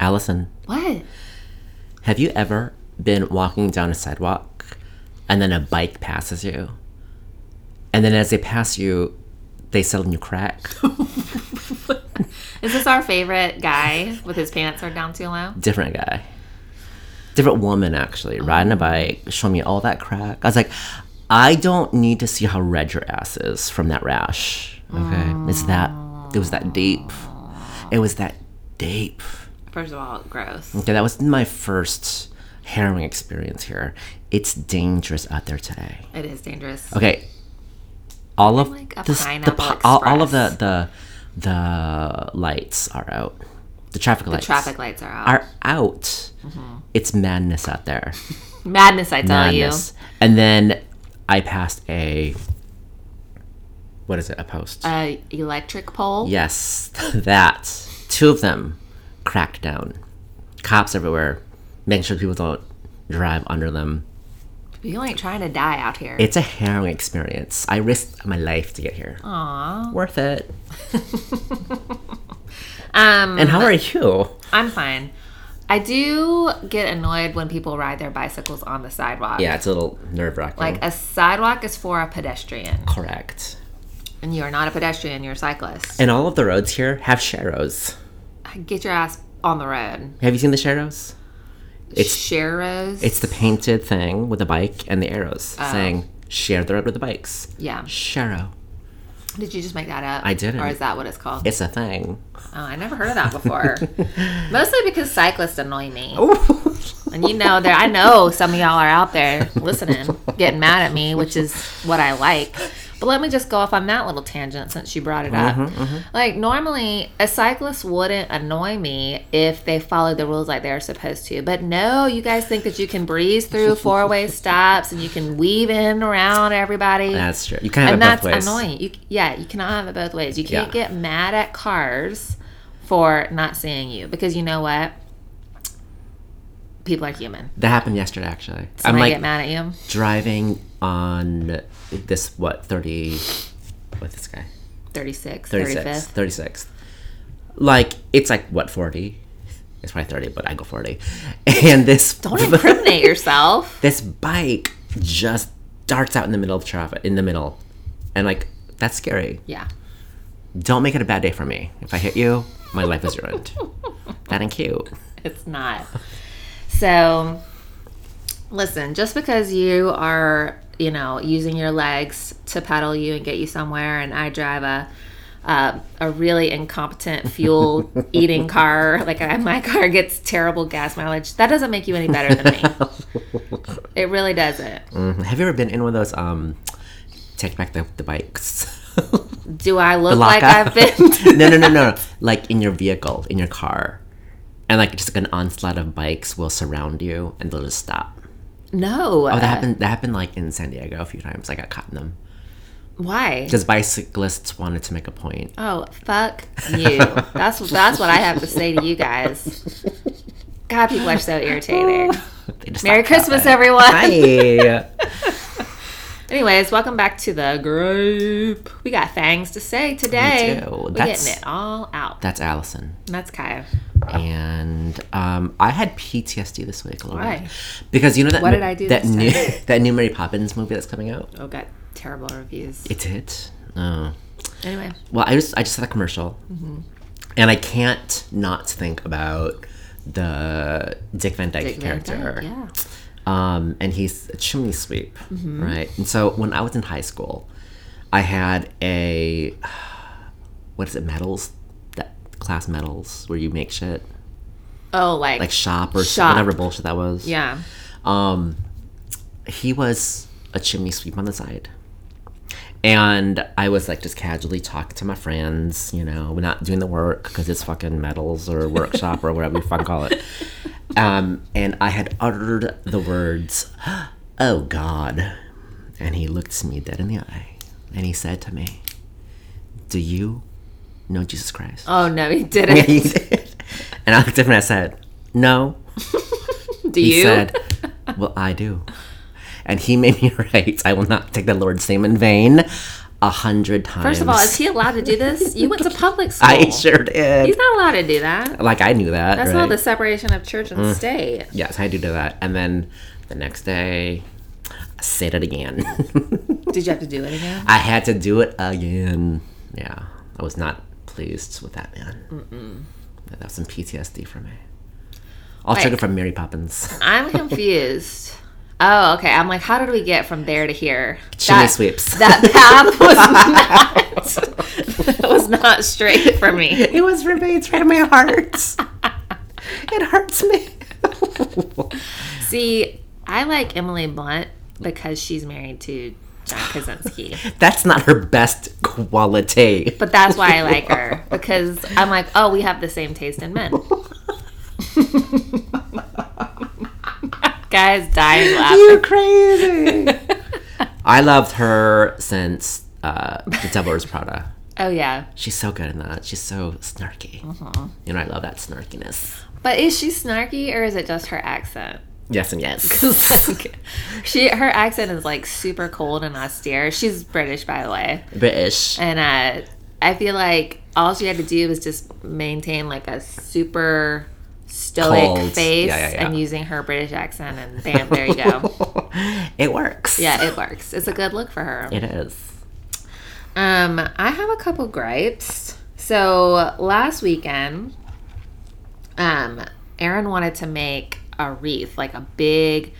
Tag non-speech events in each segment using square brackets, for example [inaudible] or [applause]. Allison, What? have you ever been walking down a sidewalk and then a bike passes you? And then as they pass you, they sell you crack. Is this our favorite guy with his pants are down too low? Different guy. Different woman, actually, riding a bike, showing me all that crack. I was like, I don't need to see how red your ass is from that rash. Okay. It's that, it was that deep. It was that deep. First of all, gross. Okay, that was my first harrowing experience here. It's dangerous out there today. It is dangerous. Okay. All of like a this- the pineapple pi- all, all of express. the the the lights are out. The traffic lights Traffic Mm-hmm. lights are out. are out. It's madness out there. Madness, I tell Madness. And then I passed a what is it? A post. you. A electric pole. yes, [laughs] that. Two of them cracked down. Cops everywhere, making sure people don't drive under them. You ain't trying to die out here. It's a harrowing experience. I risked my life to get here. Aw. Worth it. Um, And how are you? I'm fine. I do get annoyed when people ride their bicycles on the sidewalk. Yeah, it's a little nerve wracking. Like a sidewalk is for a pedestrian, correct. and you are not a pedestrian. You're a cyclist. And all of the roads here have sharrows. Get your ass on the road. Have you seen the sharrows? It's- share rows. It's the painted thing with a bike and the arrows Oh. saying "share the road with the bikes." yeah. Sharrow. Did you just make that up? I didn't. Or is that what it's called? It's a [laughs] thing. oh, I never heard of that before. Mostly because cyclists annoy me. Oh. And you know, there I know some of y'all are out there listening, getting mad at me, which is what I like. But let me just go off on that little tangent since you brought it up. Like normally, a cyclist wouldn't annoy me if they followed the rules like they're supposed to. But no, you guys think that you can breeze through four-way stops and you can weave in around everybody That's true. You can't have and it that's both ways. annoying. You, yeah, you cannot have it both ways. You can't Yeah. get mad at cars for not seeing you because you know what? People are human. That happened yesterday, actually. So I'm when I like get mad at you. driving on this what thirty? What this guy? 36, 36 35th. 36 like it's like what 40 it's probably 30 but i go 40 [laughs] and this Don't incriminate [laughs] yourself. this bike just darts out in the middle of traffic in the middle and like that's scary Yeah. don't make it a bad day for me if i hit you my life is ruined that ain't cute It's not. So, listen, just because you are, you know, using your legs to pedal you and get you somewhere, and I drive a uh, a really [laughs] incompetent fuel eating car, like I, my car gets terrible gas mileage, that doesn't make you any better than me. [laughs] it really doesn't. Mhm. have you ever been in one of those um take back the, the bikes [laughs] Do I look like Lockout. I've [laughs] been? no no no no like in your vehicle in your car and like just like an onslaught of bikes will surround you and they'll just stop no. [laughs] Oh, that happened. That happened like in San Diego a few times. I got caught in them Why? because bicyclists wanted to make a point. Oh fuck you! That's that's what I have to say to you guys. God, people are so irritating. They just Merry stopped Christmas, traffic. everyone. Bye. Anyways, welcome back to the group. We got things to say today. do. We're That's- getting it all out. That's Allison, And that's Kaya. and um, I had PTSD this week a little Why? bit because you know that What mo- did I do that this new [laughs] that new Mary Poppins movie that's coming out. Oh, got terrible reviews. It did. Oh. Anyway, Well, I just I just saw the commercial, Mm-hmm. and I can't not think about the Dick Van Dyke Dick Van character. Dyke, Yeah. um, and he's a chimney sweep, Mm-hmm. right? And so when I was in high school, I had a [sighs] what is it medals that class medals where you make shit Oh, like, like shop or s- Shop. whatever bullshit that was. yeah. Um, he was a chimney sweep on the side. And I was like just casually talking to my friends, you know, we're not doing the work because it's fucking metals or workshop or whatever you fucking call [laughs] it. Um, and I had uttered the words, "Oh God," and he looked me dead in the eye, and he said to me, "Do you know Jesus Christ?" Oh no, [laughs] he And didn't. he did. And I looked at him and I said, "No." Do He you? said, [laughs] Well, I do. And he made me right. I will not take the Lord's name in vain. a hundred times. First of all, is he allowed to do this? You [laughs] went to public school. I sure did. He's not allowed to do that. like I knew that. That's right? Mm. all the separation of church and state. Yes, I do do that. And then the next day, I said it again. [laughs] Did you have to do it again? I had to do it again. Yeah, I was not pleased with that man. That was some PTSD for me. I'll take Like- it from Mary Poppins. I'm confused. Oh, okay. I'm like, how did we get from there to here? Chimney That- sweeps. That path was not. [laughs] [laughs] that was not straight for me. it was remains right in my heart. [laughs] it hurts me. See, I like Emily Blunt because she's married to John Krasinski. [laughs] That's not her best quality. [laughs] But that's why I like her because I'm like, oh, we have the same taste in men. Guys dying laughing. You're crazy. [laughs] I loved her since uh, The Devil Wears Prada. Oh yeah, She's so good in that. She's so snarky. You know, I love that snarkiness. but is she snarky or is it just her accent? Yes and yes. [laughs] 'Cause, like, she her accent is like super cold and austere. She's British, by the way, British. and uh, I feel like all she had to do was just maintain like a super stoic Cold. face Yeah, yeah, yeah. and using her British accent, and bam, there you go. [laughs] it works. yeah, it works. It's a good look for her. It is. Um, I have a couple gripes. So last weekend, um, Aaron wanted to make a wreath, like a big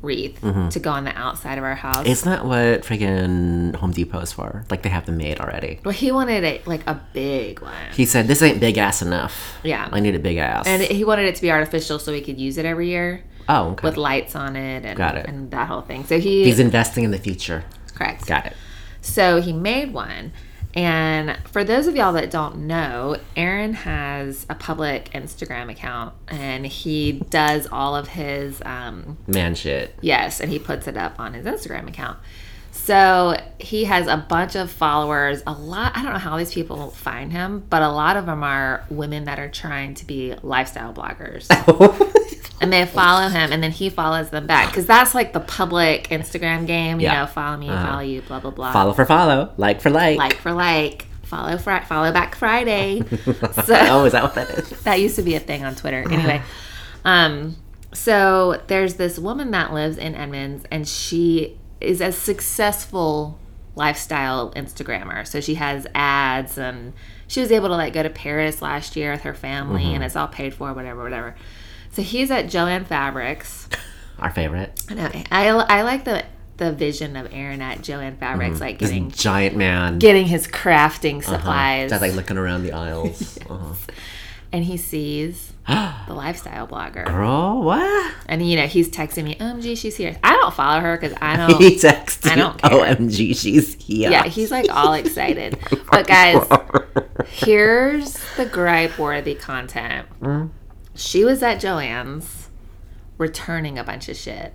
wreath, to go on the outside of our house. Mm-hmm. It's not what friggin' Home Depot is for. Like, they have them made already. but he wanted it like a big one. He said, This ain't big ass enough. Yeah. I need a big ass. And he wanted it to be artificial so we could use it every year oh, okay. with lights on it and, Got it. and that whole thing. So he He's investing in the future. correct. Got it. So he made one. And for those of y'all that don't know, Aaron has a public Instagram account and he does all of his, um, Man shit. [laughs] yes, and he puts it up on his Instagram account. So he has a bunch of followers. A lot, I don't know how these people find him, but a lot of them are women that are trying to be lifestyle bloggers. and they follow him and then he follows them back because that's like the public Instagram game. You Yeah. Uh-huh. know, follow me, follow you, blah, blah, blah follow for follow, like for like. like for like, follow fri- follow back Friday. [laughs] so Oh, is that what that [laughs] is? that used to be a thing on Twitter. Anyway, um, so there's this woman that lives in Edmonds, and she is a successful lifestyle Instagrammer. So she has ads, and she was able to like go to Paris last year with her family, and it's all paid for, whatever, whatever. So he's at Joanne Fabrics. Our favorite. I know. I, I like the the vision of Aaron at Joanne Fabrics, like This getting giant man. getting his crafting supplies. Just like looking around the [laughs] aisles. Uh-huh. and he sees the lifestyle blogger. Bro, what? And you know, he's texting me, OMG, she's here. I don't follow her because I [laughs] don't. He texted. Oh, I don't care. OMG, she's here. Yeah, he's like all excited. But guys, here's the gripe worthy content. Mm-hmm. She was at Joanne's returning a bunch of shit.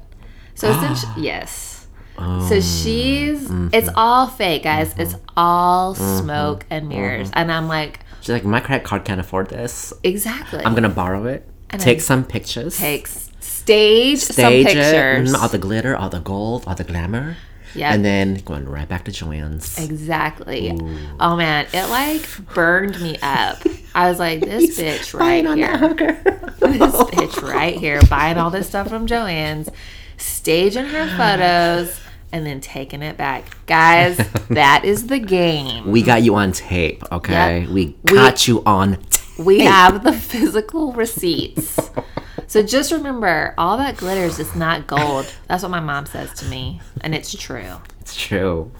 So [gasps] essentially, yes. Oh, So she's, mm-hmm. it's all fake, guys. It's all smoke and mirrors. Mm-hmm. And I'm like, [laughs] She's like, my credit card can't afford this. exactly. I'm gonna borrow it. then Take some pictures. takes stage, stage some pictures. it. mm, All the glitter, all the gold, all the glamour. Yep. And then going right back to Joanne's. Exactly. Oh man, it like burned me up. I was like, this bitch right Fine on that here, hooker. [laughs] this bitch right here, buying all this stuff from Joanne's, [sighs] staging her photos, and then taking it back. [laughs] Guys, that is the game. we got you on tape, okay? Yep. We got you on tape. We have the [laughs] physical receipts. So just remember, all that glitters is not gold. That's what my mom says to me, and it's true. It's true.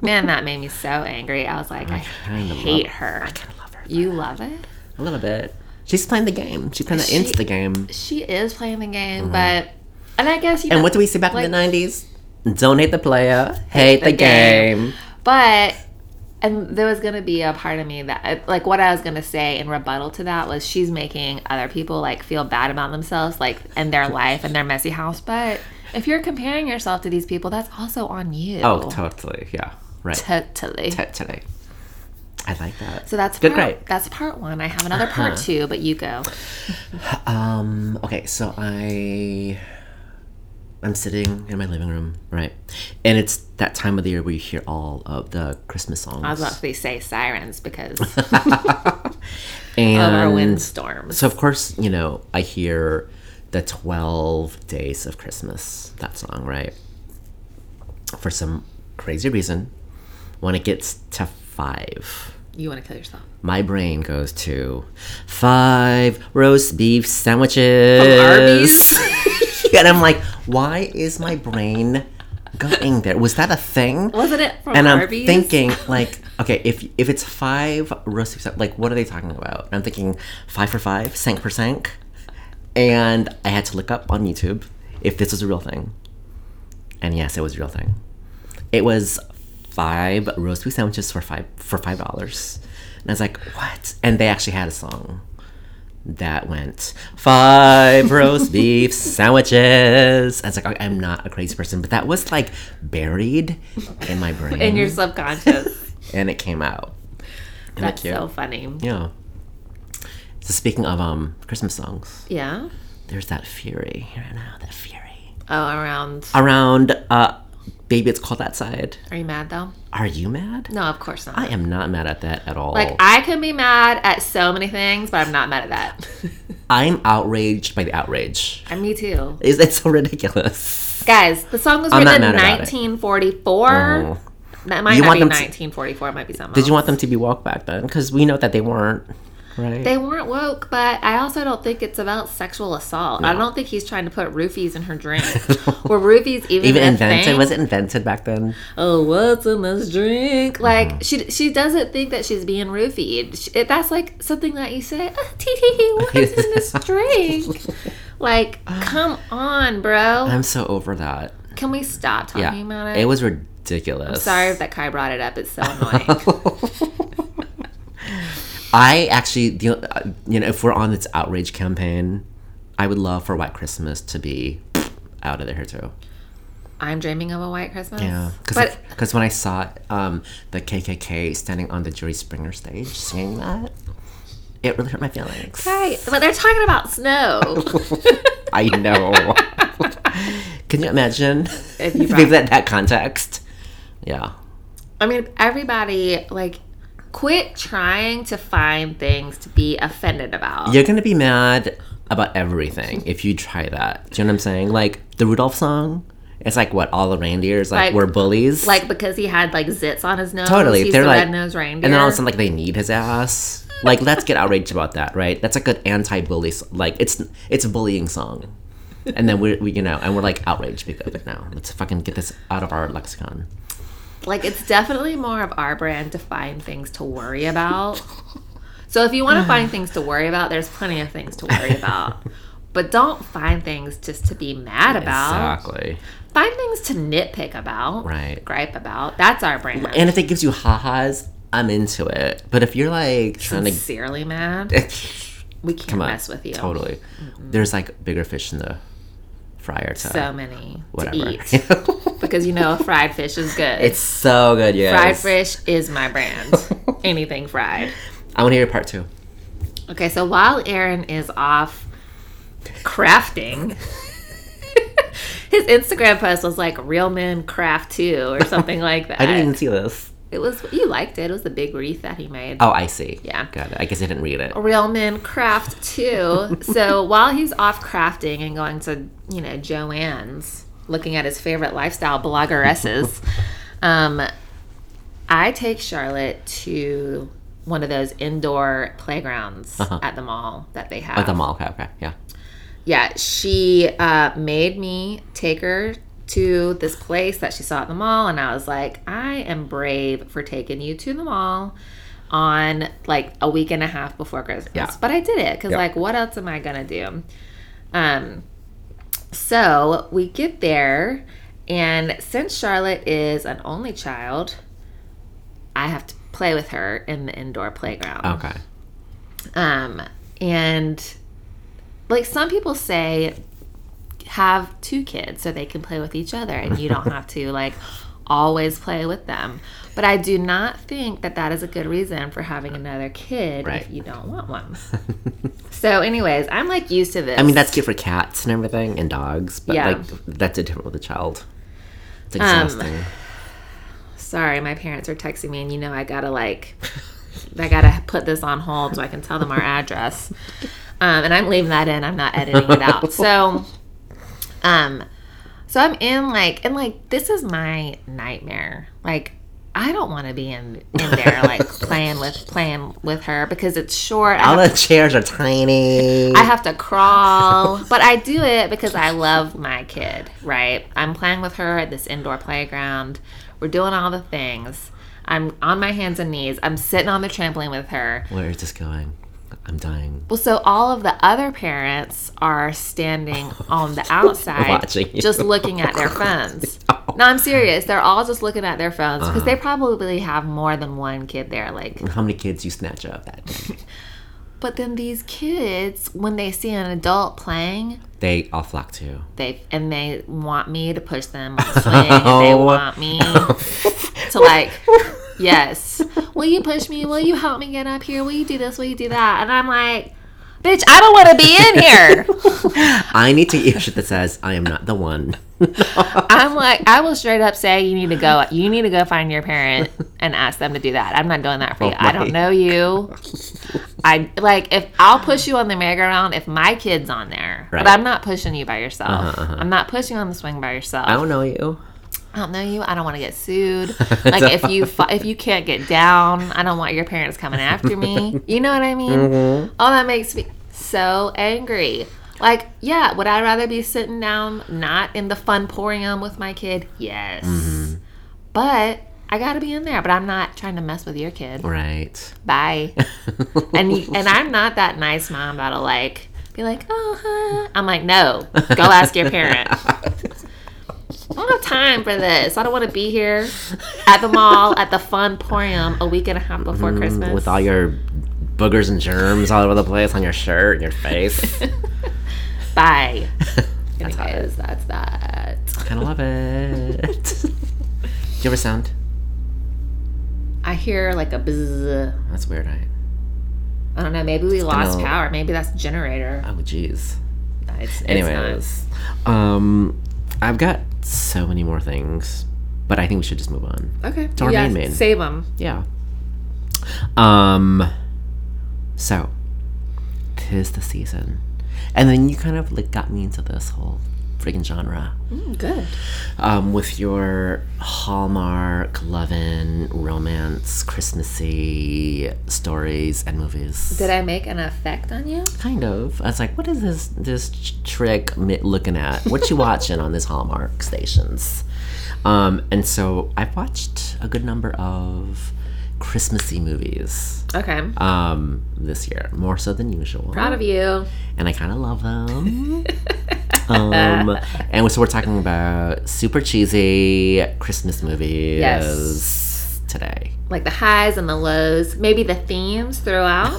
Man, that made me so angry. I was like, I kind of hate her. I love her. You love it? A little bit. She's playing the game. She's playing the She- Insta game. she is playing the game, but and I guess you Mm-hmm. know, And what do we see back like- in the 90s? Don't hate the player, hate, the, the game. game. but and there was gonna be a part of me that uh, like what I was gonna say in rebuttal to that was she's making other people like feel bad about themselves like and their life and their messy house, but if you're comparing yourself to these people, that's also on you. Oh, totally. Yeah. Right. totally. T- today. I like that. so that's Good part, gripe. Uh-huh. that's part one. I have another part two, but you go. Um. Okay. So I I'm sitting in my living room, right? And it's that time of the year where you hear all of the Christmas songs. I was about to say [laughs] sirens because of and our windstorms. So of course, you know, I hear the twelve days of Christmas, that song, right? For some crazy reason, when it gets to five, you want to kill yourself. my brain goes to five roast beef sandwiches. [laughs] and I'm like, why is my brain going there? Was that a thing? Wasn't it from and I'm Arby's? thinking, like, okay, if if it's five roast beef, like, what are they talking about? And I'm thinking five for five, sank per sank, and I had to look up on YouTube if this was a real thing. And yes, it was a real thing. It was five roast beef sandwiches for five for five dollars, and I was like, what? And they actually had a song that went five roast [laughs] beef sandwiches. I was like, okay, I'm not a crazy person, but that was like buried in my brain, in [laughs] your subconscious. and it came out. Isn't that That's cute? so funny. yeah. So speaking of um Christmas songs, Yeah. there's that fury right now. That fury Oh, around. around uh, baby. It's called outside. Are you mad though? Are you mad? No, of course not. I Oh. am not mad at that at all. like I can be mad at so many things, but I'm not mad at that. [laughs] I'm outraged by the outrage. and me too. It's, it's so ridiculous. Guys, the song was I'm not written in mad about it. 1944. Oh. That might You not want be them to- 1944. It might be something. Did you want them to be walked back then? Because we know that they weren't, right? They weren't woke, but I also don't think it's about sexual assault. I don't think he's trying to put roofies in her [laughs] drink. Were roofies even, even a invented thing? was it invented back then? oh, what's in this drink? Mm-hmm. Like she she doesn't think that she's being roofied. She, it- that's like something that you say, "Ah, tee tee [laughs] tee, what's in this drink? Like, come on, bro. I'm so over that. Can we stop talking Yeah, about it? it was ridiculous. Sorry that Kai brought it up. It's [laughs] so annoying. I actually, the, uh, you know, if we're on this outrage campaign, I would love for White Christmas to be out of there too. I'm dreaming of a white Christmas. Yeah, But because when I saw um, the KKK standing on the Jerry Springer stage singing that, it really hurt my feelings. Kai, but they're talking [laughs] about snow. I know. [laughs] Can you imagine? If you Maybe that that context. Yeah. I mean, everybody like quit trying to find things to be offended about. You're gonna be mad about everything if you try that. Do you know what I'm saying? Like the Rudolph song. It's like what all the reindeers like, Like- were bullies. Like because he had like zits on his nose. totally, He's they're the like, red nosed reindeer. and then all of a sudden like they need his ass. Like let's get outraged about that, right? That's like an anti-bully. s- Like it's it's a bullying song. And then we're, we, you know, and we're like outraged because of it now. Let's fucking get this out of our lexicon. like it's definitely more of our brand to find things to worry about. So if you [laughs] want to find things to worry about, there's plenty of things to worry about. But don't find things just to be mad about. Exactly. Find things to nitpick about, Right. gripe about. That's our brand. And if it gives you ha-has, I'm into it. But if you're like trying to Sincerely mad. We can't Come on. mess with you. Totally. Mm-hmm. There's like bigger fish in the fryer to So many whatever. to eat. because you know fried fish is [laughs] good. it's so good, yeah. fried fish is my [laughs] brand. Anything fried. I want to hear part two. Okay, so while Aaron is off crafting, [laughs] his Instagram post was like "Real Men Craft [laughs] Too" or something like that. I didn't even see this. It was you liked it. It was the big wreath that he made. Oh, I see. Yeah. Got it. I guess I didn't read it. Real men [laughs] craft too. so while he's off crafting and going to, you know, Joanne's, looking at his favorite lifestyle [laughs] bloggeresses, um, I take Charlotte to one of those indoor playgrounds Uh-huh. at the mall that they have. At Oh, the mall. Okay, okay. Yeah. Yeah, she uh, made me take her to this place that she saw at the mall, and I was like, I am brave for taking you to the mall on like a week and a half before Christmas. Yeah. But I did it because, Yeah. like, what else am I gonna do? Um, so we get there, and since Charlotte is an only child, I have to play with her in the indoor playground. Okay. Um, and like some people say, have two kids so they can play with each other and you don't [laughs] have to like always play with them. But I do not think that that is a good reason for having another kid Right. if you don't want one. So, anyways, I'm like used to this. I mean, that's cute for cats and everything and dogs, but Yeah. like that's a different with a child. It's Um, exhausting. sorry, my parents are texting me, and you know I gotta like, I gotta put this on hold so I can tell them our address. Um, and I'm leaving that in. I'm not editing it out. So, um, so I'm in like, and like this is my nightmare. Like, I don't want to be in in there like playing with playing with her because it's short. I All have the chairs are tiny. I have [laughs] to crawl, but I do it because I love my kid, right? I'm playing with her at this indoor playground. We're doing all the things. I'm on my hands and knees. I'm sitting on the trampoline with her. Where is this going? I'm dying. Well, so all of the other parents are standing [laughs] on the outside, Watching you. just looking at [laughs] their phones. No, I'm serious. They're all just looking at their phones Uh-huh. because they probably have more than one kid there. Like, How many kids you snatch up that [laughs] day? but then these kids, when they see an adult playing, They all flock to. they and they want me to push them on [laughs] the swing. and They Oh. want [laughs] me [laughs] to like, yes. Will you push me? Will you help me get up here? Will you do this? Will you do that? And I'm like, bitch, I don't want to be [laughs] in here. I need to eat shit that says I am not the one. [laughs] I'm like, I will straight up say you need to go. You need to go find your parent and ask them to do that. I'm not doing that Oh for you. I don't [laughs] know you. I like if I'll push you on the merry-go-round if my kid's on there, Right. Uh-huh, but I'm not pushing you by yourself. I'm not pushing on the swing by yourself. I don't know you. I don't know you. I don't want to get sued. Like if you fi- if you can't get down, I don't want your parents coming after me. You know what I mean? Oh, that makes me so angry. Like, yeah, would I rather be sitting down, not in the fun porium with my kid? Yes, but I got to be in there. But I'm not trying to mess with your kid. Right. [laughs] Bye. and you, and I'm not that nice mom that'll like be like, oh, huh. I'm like, no, go ask your parent. I don't have time for this. I don't want to be here at the mall at the fun porium a week and a half before Christmas. Mm, With all your boogers and germs all over the place on your shirt and your face. [laughs] [laughs] [laughs] Bye. That's hot. Anyways, that's that. Kind of love it. Do [laughs] you ever sound? I hear like a buzz. That's weird, right? I don't know. Maybe we lost little- power. Maybe that's generator. Oh, jeez. It's, it's not. Anyways, um, I've got so many more things, but I think we should just move on. Okay. our yeah, main man. Save them. Yeah. Um. So, tis the season, and then you kind of like got me into this whole freaking genre Mm, good. um, with your Hallmark, lovin', romance, Christmassy stories and movies. Did I make an effect on you? Kind of. I was like, what is this this ch- trick mi- looking at? What you watching on this Hallmark stations? Um, and so I've watched a good number of Christmassy movies Okay. um, this year, more so than usual. Proud of you. and I kind of love [laughs] them. um, and so we're talking about super cheesy Christmas movies Yes. today. [laughs] Like the highs and the lows, maybe the themes throughout.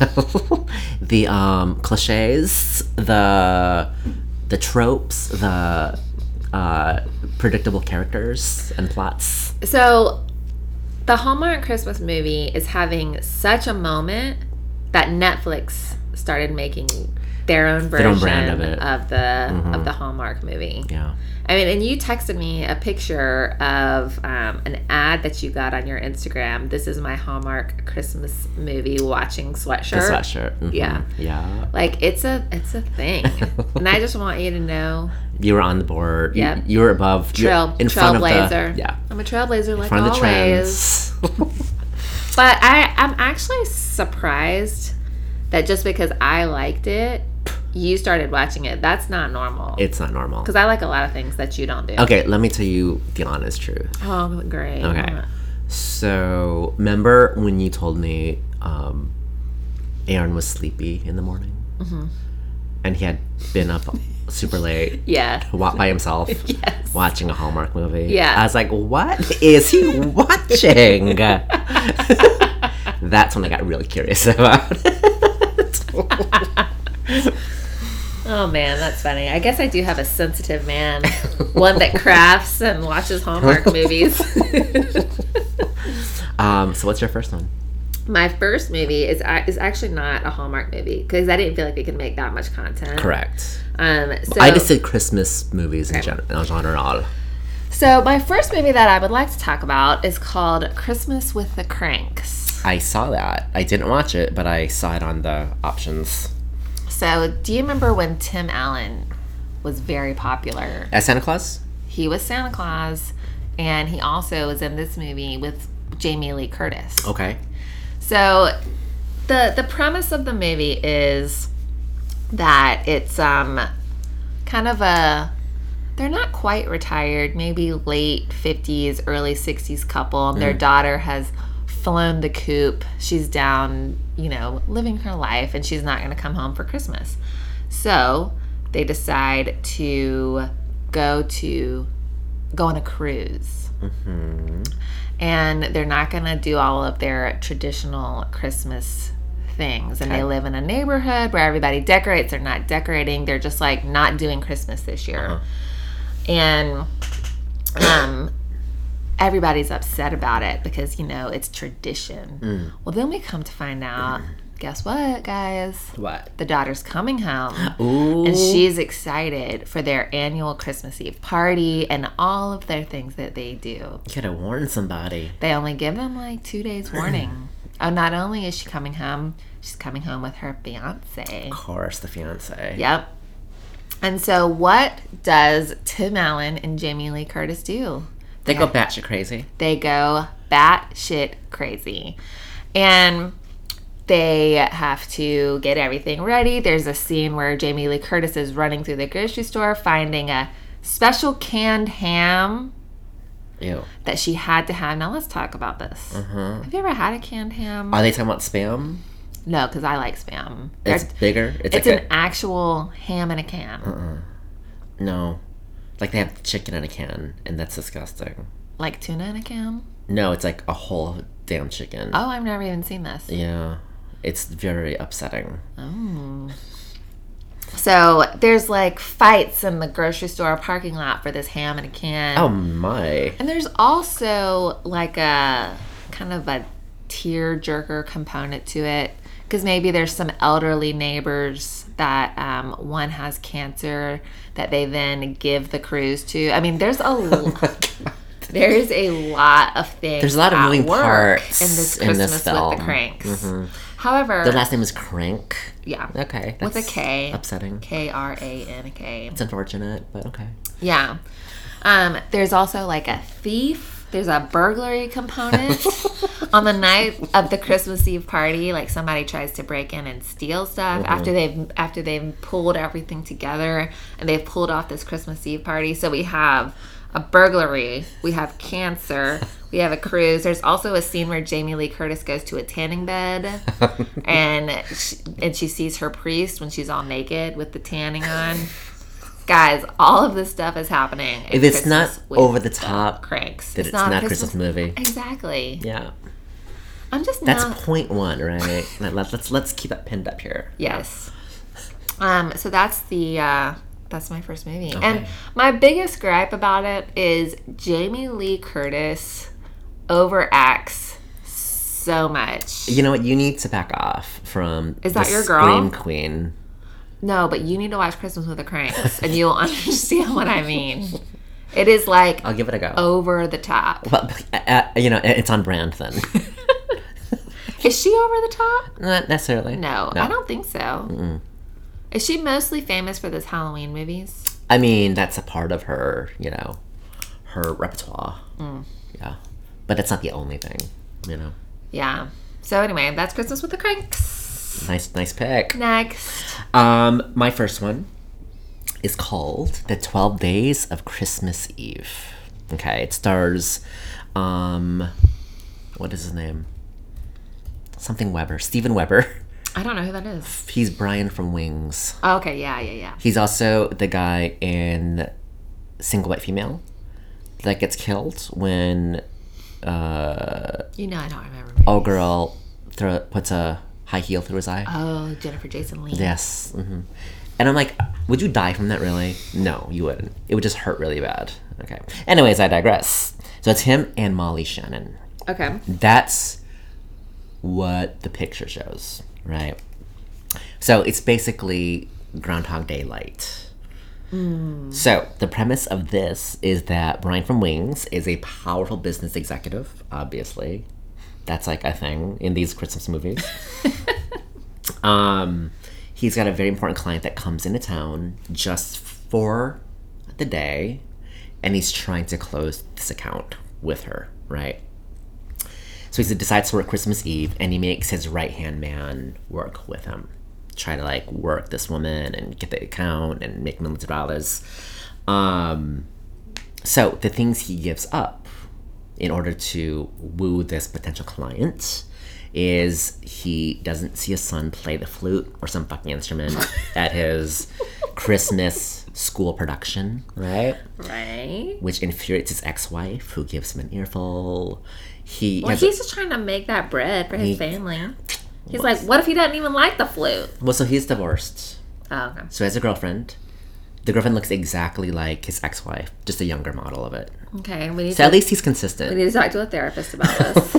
the um, cliches, the the tropes, the uh, predictable characters and plots. so, the Hallmark Christmas movie is having such a moment that Netflix started making their own version own brand of it. Mm-hmm. of the of the Hallmark movie. Yeah. I mean, and you texted me a picture of um, an ad that you got on your Instagram. This is my Hallmark Christmas movie watching The sweatshirt. sweatshirt. Mhm. Er, Yeah. Yeah. Like it's a it's [laughs] a thing, and I just want you to know You were on the board. You- Yep. You, were above. you- Trail, in front of the. trailblazer. Yeah. I'm a trailblazer like In front of the always. trends. [laughs] But I, I'm actually surprised that just because I liked it, you started watching it. That's not normal. it's not normal. Because I like a lot of things that you don't do. Okay, let me tell you the honest truth. Oh, great. Okay. So, remember when you told me um, Aaron was sleepy in the morning? Mm-hmm. And he had been up super late, [laughs] Yeah. wa- by himself, [laughs] Yes. watching a Hallmark movie. Yeah. I was like, what is he watching? [laughs] That's when I got really curious [laughs] about it. [laughs] Oh man, that's funny. I guess I do have a sensitive man, [laughs] one that crafts and watches Hallmark movies. um, so, what's your first one? My first movie is a- is actually not a Hallmark movie because I didn't feel like we could make that much content. Correct. Um, so I just did Christmas movies in, Okay. gen- in general. so my first movie that I would like to talk about is called Christmas with the Cranks. I saw that. I didn't watch it, but I saw it on the options. So do you remember when Tim Allen was very popular? As Santa Claus? He was Santa Claus, and he also was in this movie with Jamie Lee Curtis. Okay. So the the premise of the movie is that it's um kind of a they're not quite retired, maybe late 50s, early 60s couple. Their daughter has flown the coop. She's down, you know, living her life and she's not going to come home for Christmas. So, they decide to go to go on a cruise Hmm. and they're not going to do all of their traditional Christmas things. And they live in a neighborhood where everybody decorates. They're not decorating. They're just like not doing Christmas this year. And um, everybody's upset about it because, you know, it's tradition. Well, then we come to find out guess what, guys? What? The daughter's coming home. Ooh. And she's excited for their annual Christmas Eve party and all of their things that they do. you gotta warn somebody. They only give them like two days warning. oh, not only is she coming home, she's coming home with her fiance. Of course, the fiance. Yep. And so, what does Tim Allen and Jamie Lee Curtis do? They go batshit crazy. They go batshit crazy. And they have to get everything ready. There's a scene where Jamie Lee Curtis is running through the grocery store finding a special canned ham Ew. that she had to have. Now, let's talk about this. Have you ever had a canned ham? Are they talking about spam? No, because I like spam. They're- It's Uh-huh. It's, bigger. It's, like an actual ham in a can. a, no, like they have chicken in a can, and that's disgusting. Like tuna in a can? No, it's like a whole damn chicken. Oh, I've never even seen this. Yeah, it's very upsetting. So there's like fights in the grocery store parking lot for this ham in a can. Oh my! And there's also like a kind of a tear jerker component to it. Because maybe there's some elderly neighbors that um, one has cancer that they then give the cruise to. I mean, [laughs] there's a Oh l- there is a lot of things. There's a lot of at moving work parts in this in Christmas this with film. the cranks. However, Their last name is Crank. yeah, Okay, With a that's K. Upsetting. K R A N K. It's unfortunate, but okay. Yeah. Um, there's also like a thief. There's a burglary component on the night of the Christmas Eve party. Like somebody tries to break in and steal stuff after they've after they've pulled everything together and they've pulled off this Christmas Eve party. So we have a burglary. We have cancer. We have a cruise. There's also a scene where Jamie Lee Curtis goes to a tanning bed, and she, and she sees her priest when she's all naked with the tanning on. Guys, all of this stuff is happening. at If it's not Christmas with over the top, cranks, then it's not, a Christmas movie. Exactly. Yeah, I'm just that's not. point one, right? Let- let's let's let's keep that pinned up here. Yes. Um. So that's the. Uh, that's my first movie, and my biggest gripe about it is Jamie Lee Curtis overacts so much. You know what? You need to back off from is that the your girl? Scream Queen. No, but you need to watch Christmas with the Cranks, and you'll [laughs] understand what I mean. It is like I'll give it a go. over [laughs] the top. Well, uh, uh, you know, it's on brand [laughs] then. Is she over the top? Not necessarily. No, I don't think so. Is she mostly famous for those Halloween movies? I mean, that's a part of her, you know, her repertoire. Mm. Yeah. But it's not the only thing, you know. Yeah. So anyway, that's Christmas with the Cranks. Nice, nice pick. Next. Um, my first one is called The 12 Days of Christmas Eve. Okay, it stars, um, what is his name? Something Weber. Steven Weber. [laughs] I don't know who that is. He's Brian from Wings. Oh, okay, yeah, yeah, yeah. He's also the guy in Single White Female that gets killed when uh, You know I don't remember. all girl throw, puts a high heel through his eye. Oh, Jennifer Jason Lee. Yes. hmm And I'm like, would you die from that really? No, you wouldn't. It would just hurt really bad. Okay. Anyways, I digress. So it's him and Molly Shannon. Okay. That's what the picture shows, right? So it's basically Groundhog Day light. So, the premise of this is that Brian from Wings is a powerful business executive, obviously. That's like a thing in these Christmas movies. um, he's got a very important client that comes into town just for the day, and he's trying to close this account with her, right? So he decides to work Christmas Eve, and he makes his right hand man work with him, try to like work this woman and get the account and make millions of dollars. Um, so the things he gives up in order to woo this potential client is he doesn't see his son play the flute or some fucking instrument at his Christmas school production, right? Right. Which infuriates his ex-wife, who gives him an earful. He Well, has a- he's just trying to make that bread for He- his family. He's like, what if he doesn't even like the flute? well, so he's divorced. Oh, okay. So he has a girlfriend. The girlfriend looks exactly like his ex-wife, just a younger model of it. Okay, we need, So to, at least he's we consistent. need to talk to a therapist [laughs] about this.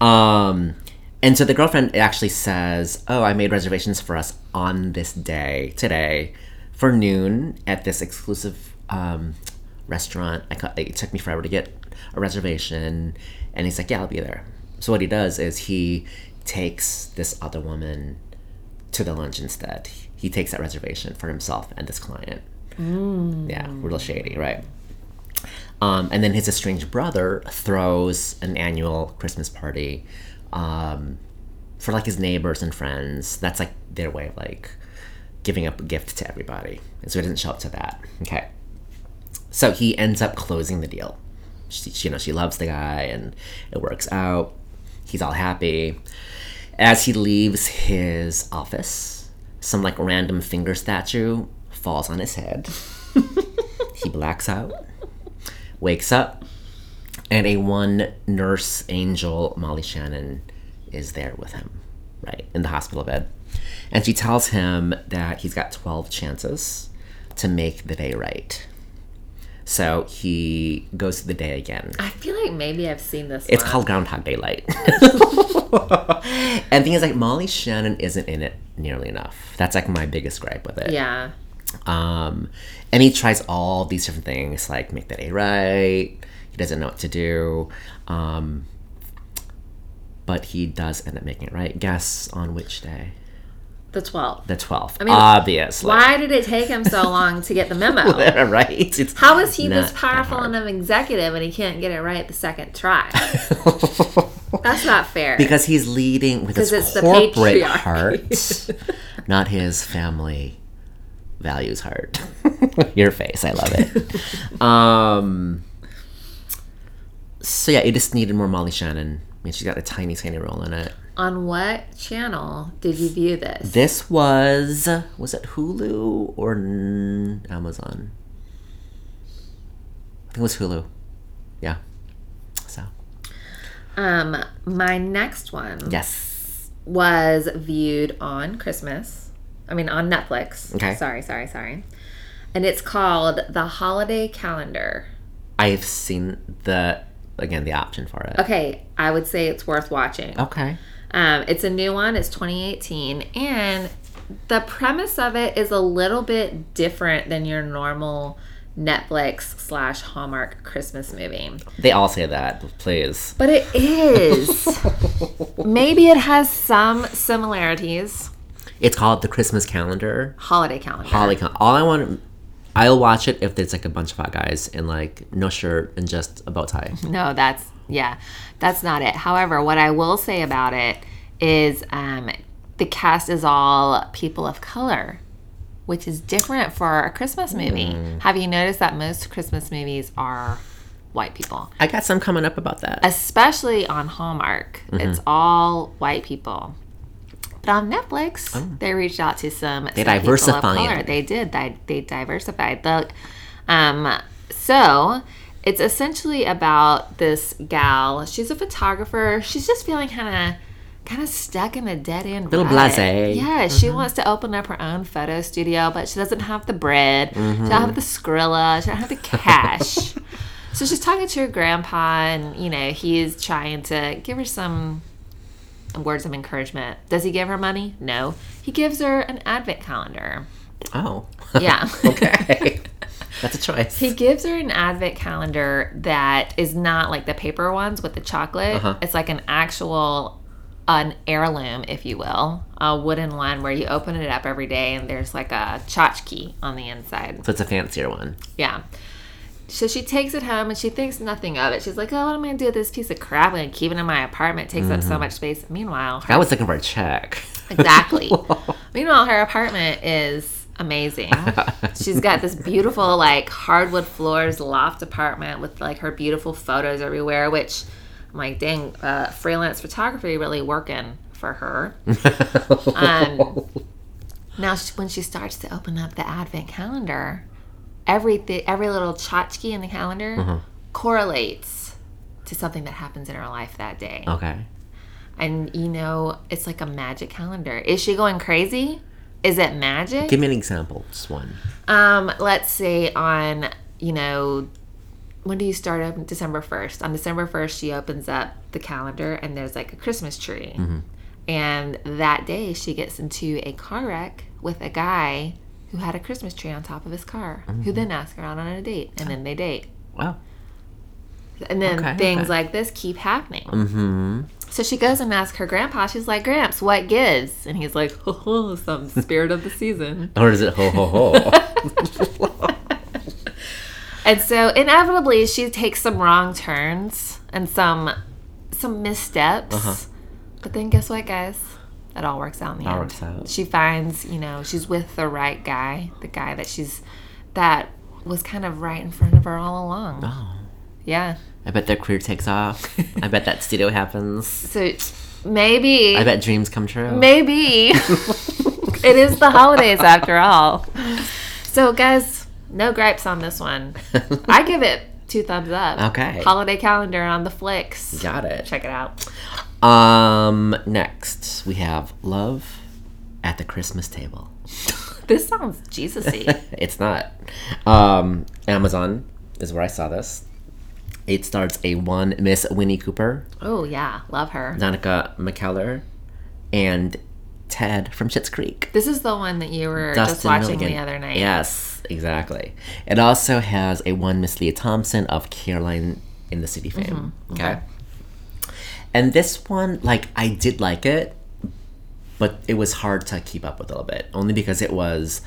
Um, and so the girlfriend actually says, "Oh, I made reservations for us on this day today, for noon at this exclusive um, restaurant. I ca- it took me forever to get a reservation." And he's like, "Yeah, I'll be there." So what he does is he takes this other woman to the lunch instead. He takes that reservation for himself and this client. Yeah, real shady, right? Um, and then his estranged brother throws an annual Christmas party um, for like his neighbors and friends. That's like their way of like giving up a gift to everybody. And so he doesn't show up to that. Okay. So he ends up closing the deal. She, she- you know, she loves the guy and it works out. He's all happy. As he leaves his office, some like random finger statue falls on his head. he blacks out wakes up, and a one nurse angel, Molly Shannon, is there with him, right, in the hospital bed. And she tells him that he's got 12 chances to make the day right. So he goes through the day again. I feel like maybe I've seen this. It's one. called Groundhog Day Light. and the thing is, like, Molly Shannon isn't in it nearly enough. That's like my biggest gripe with it. Yeah. Um, and he tries all these different things, like make that a right. He doesn't know what to do. Um, but he does end up making it right. Guess on which day? The 12th. The 12th. mean, Obviously. Why did it take him so long to get the memo? [laughs] right? It's How is he not this that powerful hard. and an executive and he can't get it right the [laughs] second try? That's not fair. because he's leading with his 'Cause it's the corporate patriarchy. heart, [laughs] not his family values heart. [laughs] Your face, I love it. um, so yeah, it just needed more Molly Shannon. I mean, she's got a tiny, tiny role in it. On what channel did you view this? This was was it Hulu or n- Amazon? I think it was Hulu. Yeah. So Um, my next one yes, was viewed on Christmas. I mean, on Netflix. Okay. Sorry, sorry, sorry. And it's called The Holiday Calendar. I've seen the again the option for it. Okay, I would say it's worth watching. okay. Um, it's a new one. It's 2018, and the premise of it is a little bit different than your normal Netflix slash Hallmark Christmas movie. They all say that, please. But it is. Maybe it has some similarities. It's called the Christmas calendar. Holiday calendar. All, like, all I want, I'll watch it if there's like a bunch of hot guys in like no shirt and just a bow tie. No, that's yeah, that's not it. However, what I will say about it is um, the cast is all people of color, which is different for a Christmas movie. Have you noticed that most Christmas movies are white people, I got some coming up about that. especially on Hallmark? It's all white people. But on Netflix, they reached out to some they diversifying. They did. They, they diversified. The, um, so it's essentially about this gal. She's a photographer. She's just feeling kind of kind of stuck in a dead end. Little rut. blasé. Mm-hmm. Yeah, she wants to open up her own photo studio, but she doesn't have the bread. Mm-hmm. She don't have the Skrilla. She don't have [laughs] the cash. so she's talking to her grandpa, and you know he's trying to give her some words of encouragement. Does he give her money? No. He gives her an advent calendar. Oh. Yeah. [laughs] [laughs] okay. That's a choice. He gives her an advent calendar that is not like the paper ones with the chocolate. Uh-huh. It's like an actual, an heirloom, if you will, a wooden one where you open it up every day and there's like a tchotchke on the inside. so it's a fancier one. Yeah. So she takes it home and she thinks nothing of it. She's like, oh, what am I going to do with this piece of crap? I'm going to keep it in my apartment. It takes up so much space. Meanwhile, I was looking for a [laughs] check. Exactly. Meanwhile, her apartment is amazing. She's got this beautiful, like, hardwood floors loft apartment with, like, her beautiful photos everywhere, which I'm like, dang, uh, freelance photography really working for her. Um, now, she, when she starts to open up the advent calendar, every, thi- every little tchotchke in the calendar correlates to something that happens in her life that day. okay. And you know, it's like a magic calendar. Is she going crazy? Is it magic? Give me an example. Just one. Um, let's say on, you know, when do you start up? December 1st. On December 1st, she opens up the calendar and there's like a Christmas tree. Mm-hmm. And that day, she gets into a car wreck with a guy who had a Christmas tree on top of his car, Mm-hmm. who then asks her out on a date. And then they date. Wow. And then Okay, things okay. like this keep happening. Mm-hmm. So she goes and asks her grandpa. She's like, "Gramps, what gives?" And he's like, [laughs] "Ho ho, some spirit of the season." [laughs] Or is it ho ho ho? And so inevitably, she takes some wrong turns and some some missteps. Uh-huh. But then guess what, guys? It all works out in the All end. works out. She finds, you know, she's with the right guy, the guy that she's that was kind of right in front of her all along. oh. Yeah. [laughs] I bet their career takes off. I bet that studio happens. So maybe I bet dreams come true. [laughs] Maybe. [laughs] it is the holidays after all. So, guys, no gripes on this one. I give it two thumbs up. Okay. Holiday calendar on the flicks. Got it. Check it out. Um. Next, we have love at the Christmas table. [laughs] This sounds Jesus y. it's not. Um, Amazon is where I saw this. It stars a one Miss Winnie Cooper, oh, yeah. Love her. Danica McKellar, and Ted from Schitt's Creek. This is the one that you were just Dustin watching Milligan. the other night. Yes, exactly. It also has a one Miss Leah Thompson of Caroline in the City fame. Mm-hmm. Okay. And this one, like, I did like it, but it was hard to keep up with a little bit, only because it was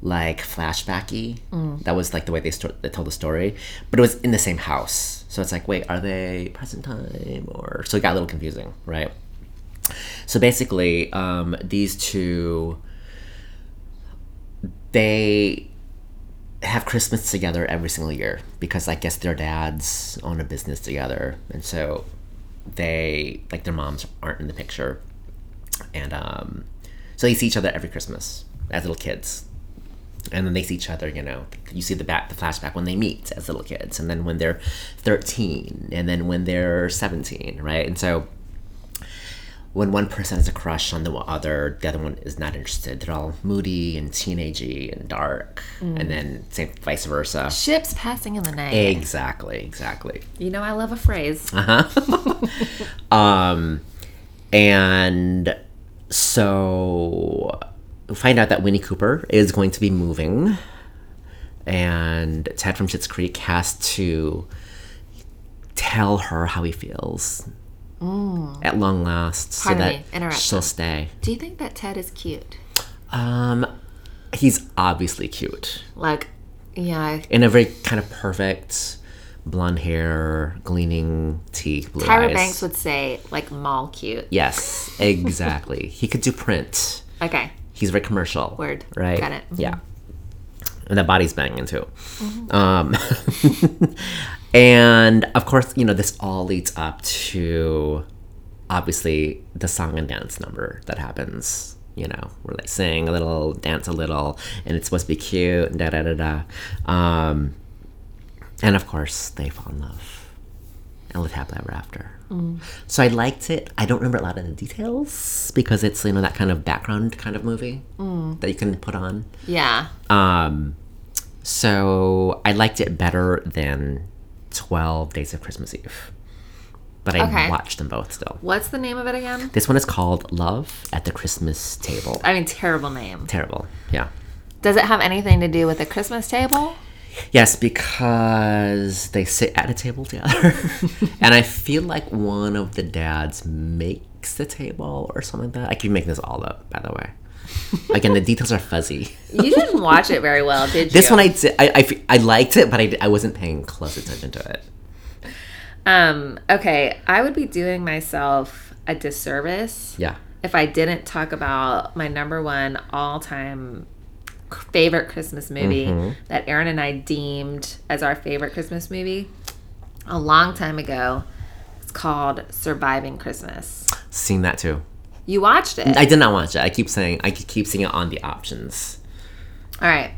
like flashbacky. Mm. That was like the way they, sto- they told the story, but it was in the same house. So it's like, wait, are they present time or so? It got a little confusing, right? So basically, um, these two they have Christmas together every single year because I guess their dads own a business together, and so they like their moms aren't in the picture, and um, so they see each other every Christmas as little kids, and then they see each other. You know, you see the back the flashback when they meet as little kids, and then when they're thirteen, and then when they're seventeen, right? And so when one person has a crush on the other, the other one is not interested. They're all moody and teenagey and dark, Mm. and then same vice versa. Ships passing in the night. Exactly, exactly. You know, I love a phrase. Uh-huh. And so we find out that Winnie Cooper is going to be moving, and Ted from Schitt's Creek has to tell her how he feels at long last, Mm. Pardon me, so that interruption. she'll stay. Do you think that Ted is cute? Um, he's obviously cute. Like, yeah. in a very kind of perfect blonde hair, gleaming teeth, blue Tyra eyes. Banks would say, like, mall cute. yes, exactly. he could do print. Okay. He's very commercial. Word. Right. Got it. Mm-hmm. Yeah. And that body's banging too. Mm-hmm. Um, [laughs] and of course, you know, this all leads up to obviously the song and dance number that happens, you know, where they sing a little, dance a little, and it's supposed to be cute and da da da da. Um, and of course, they fall in love and live happily ever after. So I liked it. I don't remember a lot of the details because it's you know that kind of background kind of movie that you can put on. Yeah. Um, so I liked it better than Twelve Days of Christmas Eve. but I Okay. watched them both still. What's the name of it again? This one is called Love at the Christmas Table. I mean, terrible name. Terrible. Yeah. Does it have anything to do with the Christmas table? Yes, because they sit at a table together. [laughs] and I feel like one of the dads makes the table or something like that. I keep making this all up, by the way. Again, the details are fuzzy. You didn't watch it very well, did you? This one I did. I, I f- I liked it, but I, d- I wasn't paying close attention to it. Um, okay, I would be doing myself a disservice Yeah. if I didn't talk about my number one all time favorite Christmas movie Mm-hmm. that Aaron and I deemed as our favorite Christmas movie a long time ago. It's called Surviving Christmas. Seen that too. You watched it. I did not watch it. I keep saying, I keep seeing it on the options. All right.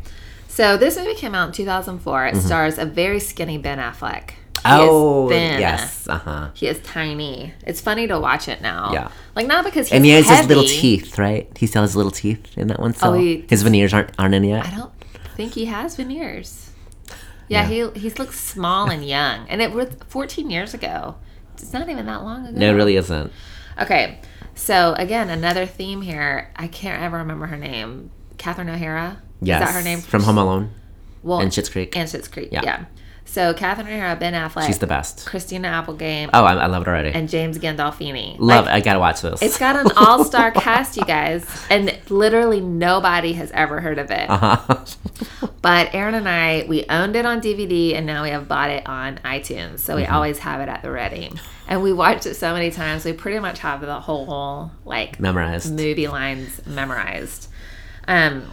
So this movie came out in 2004. It stars a very skinny Ben Affleck. He is Mm-hmm. oh, thin. yes. Uh huh. He is tiny. It's funny to watch it now. Yeah. Like not because he's And he has his little heavy. Oh, teeth, right? He still has little teeth in that one. So he- his veneers aren't, aren't in yet. I don't think he has veneers. Yeah, he he looks small and young, and it was 14 years ago. It's not even that long ago. No, it really isn't. Okay, so again, another theme here. I can't ever remember her name. Catherine O'Hara. Yes. Is that her name? From Home Alone Well, and Schitt's Creek. and Schitt's Creek. Yeah. Yeah. So Catherine O'Hara, Ben Affleck, She's the best. Christina Applegate, Oh, I, I love it already. and James Gandolfini. love Like, it. I gotta watch this. It's got an all-star cast, you guys, and literally nobody has ever heard of [laughs] it. uh-huh. [laughs] But Aaron and I, we owned it on DVD and now we have bought it on iTunes. So we always have it at the ready. And we watched it so many times, we pretty much have the whole like Memorized. movie lines memorized. Um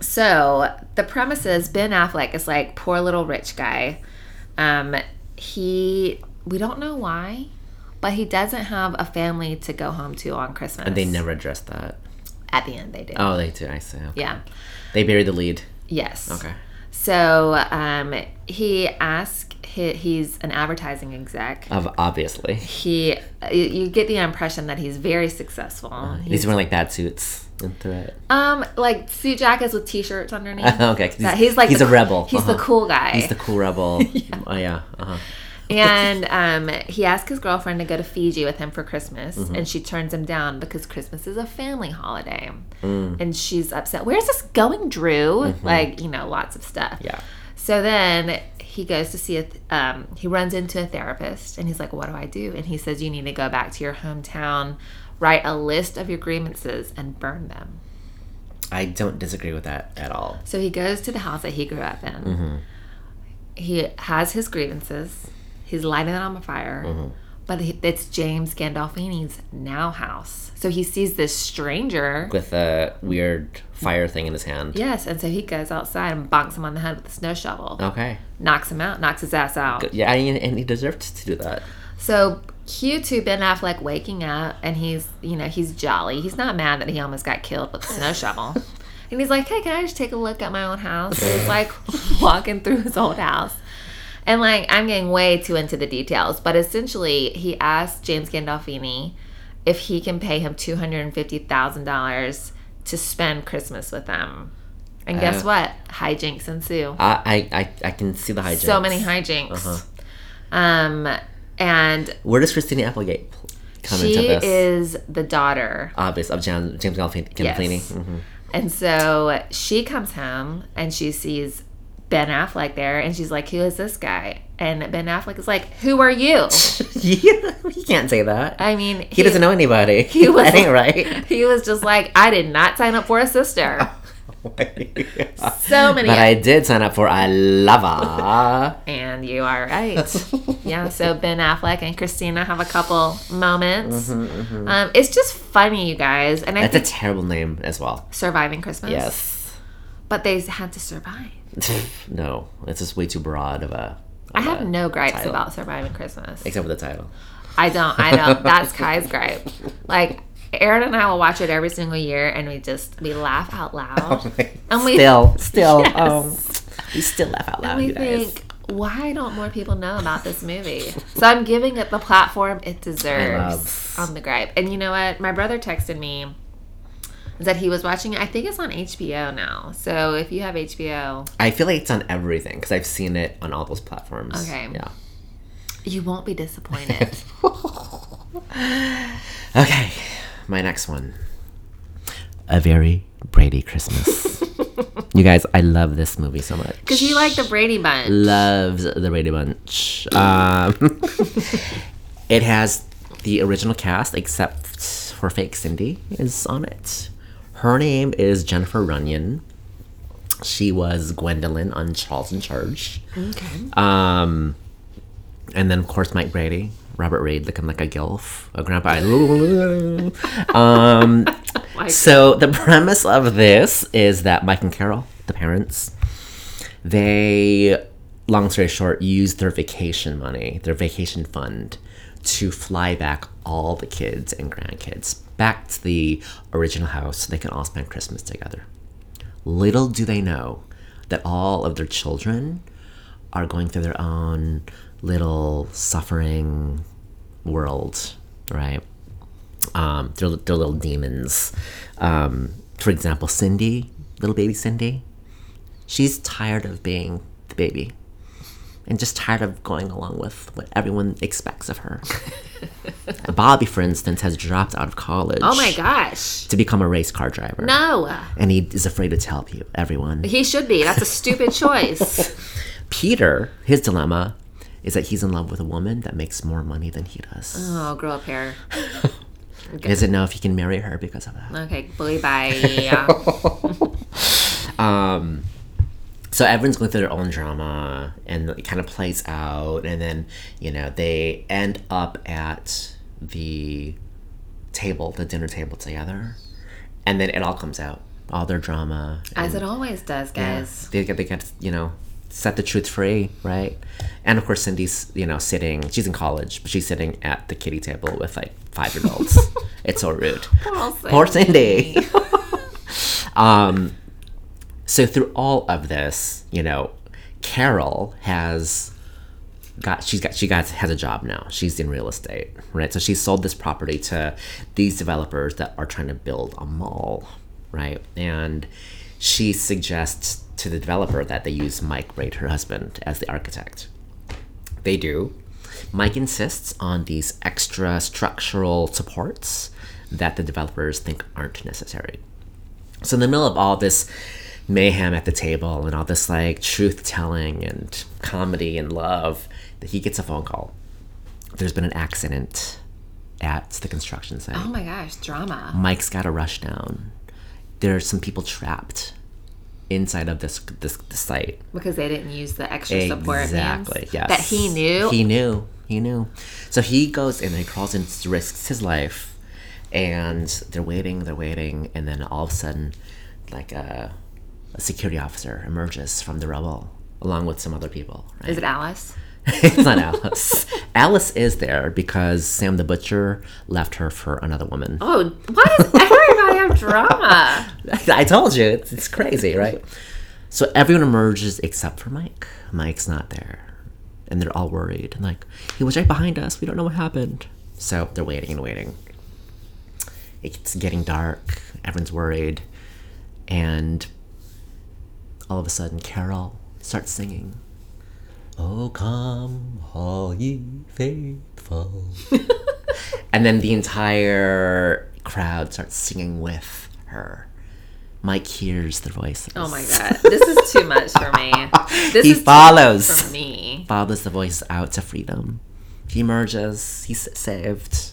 so the premise is Ben Affleck is like poor little rich guy. Um he we don't know why, but he doesn't have a family to go home to on Christmas. They never addressed that. at the end they do. Oh, they do. I see. Okay. Yeah. They buried the lead. Yes. Okay. So um, he asked. He, he's an advertising exec. Ob- obviously. He, you- you get the impression that he's very successful. These were like bad suits and through it. [laughs] Um, like suit jackets with t-shirts underneath. okay. 'cause That- he's like he's the- a rebel. He's the Uh-huh. cool guy. He's the cool [laughs] rebel. Oh yeah. Uh-huh. and um, he asked his girlfriend to go to Fiji with him for Christmas, Mm-hmm. and she turns him down because Christmas is a family holiday, Mm. and she's upset. Where's this going, Drew? Mm-hmm. Like you know, lots of stuff. Yeah. So then he goes to see a th- um, he runs into a therapist and he's like, "What do I do?" And he says, "You need to go back to your hometown, write a list of your grievances, and burn them." I don't disagree with that at all. So he goes to the house that he grew up in. He has his grievances. He's lighting it on fire. But he, it's James Gandolfini's now house. So he sees this stranger. With a weird fire thing in his hand. Yes, and so he goes outside and bonks him on the head with a snow shovel. Okay. Knocks him out, knocks his ass out. Yeah, I mean, and he deserved to do that. So cue to Ben Affleck waking up, and he's you know he's jolly. He's not mad that he almost got killed with a [laughs] snow shovel, and he's like, "Hey, can I just take a look at my own house?" So he's like [laughs] walking through his old house, and like I'm getting way too into the details, but essentially he asked James Gandolfini if he can pay him two hundred and fifty thousand dollars to spend Christmas with them, and guess Uh. what? Hijinks ensue I I, I, I can see the hijinks. Uh-huh. so many hijinks. Um, and Where does Christina Applegate pl- come she into this? is the daughter. Obvious of Jan- James Gandolfini. Yes. Gandolfini. [laughs] Mhm. And so she comes home and she sees Ben Affleck there and she's like, Who is this guy? And Ben Affleck is like, Who are you? yeah, Mm-hmm. [laughs] he can't say that. I mean, he, doesn't know [laughs] anybody. He [laughs] Uh, was- that ain't right. He [laughs] was just like, I did not sign up for [laughs] a sister. So many- But I did sign up for a lover. [laughs] and you are [laughs] right. yeah, so Ben Affleck and Christina have a couple moments. Um, it's just funny, you guys. And I Mm-hmm, That's a think terrible name as well. surviving Christmas. Yes. [laughs] But they had to survive. no, it's just way too broad of a. I have no gripes title. about surviving Christmas. Except for the [laughs] title. I don't. I [laughs] don't. That's Kai's gripe. Like Aaron and I will watch it every single year, and we just we laugh [laughs] out loud. And we- still, still, Yes. um, we still laugh out loud, we you guys. think, why don't more people know about this movie? So I'm giving it the platform it deserves love- on the gripe. And you know what? My brother texted me that he was watching it. I think it's on HBO now. So if you have HBO, I feel like it's on everything because I've seen it on all those platforms. Okay. Yeah. You won't [laughs] be disappointed. Okay, my next one. A very Brady [laughs] Christmas. you guys, I love this movie so much. Because you like the Brady Bunch. Loves the Brady Bunch. Um, [laughs] it has the original cast, except for fake Cindy is on it. Her name is Jennifer Runyon. She was Gwendolyn on Charles in Charge. okay. Um, and then of course Mike Brady, Robert Reed, looking like a gilf, a grandpa. um, Like, so the premise of this is that Mike and Carol, the parents, they, long story short, used their vacation money, their vacation fund, to fly back all the kids and grandkids back to the original house so they can all spend Christmas together. Little do they know that all of their children are going through their own little suffering world, right? um, they're, they're little demons. Um, for example, Cindy, little baby Cindy, she's tired of being the baby and just tired of going along with what everyone expects of [laughs] her. Bobby, for instance, has dropped out of college oh my gosh. to become a race car driver. No. And he is afraid to tell people, everyone. He should be. That's a stupid choice. Peter, his dilemma is that he's in love with a woman that makes more money than he does. Oh, grow up hair. He doesn't know if he can marry her because of that. Okay, [laughs] bully bye. so everyone's going through their own drama and it kind of plays out and then you know they end up at the table the dinner table together and then it all comes out all their drama As it always does, guys. they get they get you know set the truth free right and of course cindy's you know sitting she's in college but she's sitting at the kiddie table with like five year olds it's so rude Poor Cindy. [laughs] um, so through all of this, you know, Carol has got she's got she got has a job now. She's in real estate, right? So she sold this property to these developers that are trying to build a mall, right? And she suggests to the developer that they use Mike Braid, her husband, as the architect. They do. Mike insists on these extra structural supports that the developers think aren't necessary. So in the middle of all this mayhem at the table and all this like truth telling and comedy and love, that he gets a phone call. There's been an accident at the construction site. Oh my gosh, drama. Mike's got to rush down. There are some people trapped inside of this this, this site. Because they didn't use the extra support means Exactly. Yes. that he knew. He knew. He knew. So he goes in and he crawls in, risks his life, and they're waiting. They're waiting, and then all of a sudden, like a, a security officer emerges from the rubble along with some other people. Right? [laughs] Is it Alice? it's not [laughs] Alice. Alice is there because Sam the butcher left her for another woman. [laughs] Oh, why does everybody have drama? I told you, it's, it's crazy, right? So everyone emerges except for Mike. Mike's not there. And they're all worried. And like, he was right behind us. We don't know what happened. So they're waiting and waiting. It's getting dark. Everyone's worried. And all of a sudden, Carol starts singing. Oh, come, all ye [laughs] faithful. and then the entire crowd starts singing with her. Mike hears the voices. [laughs] Oh my god, this is too much [laughs] for me. This He is too much follows. for me. Follows the voices out to freedom. He emerges. He's saved.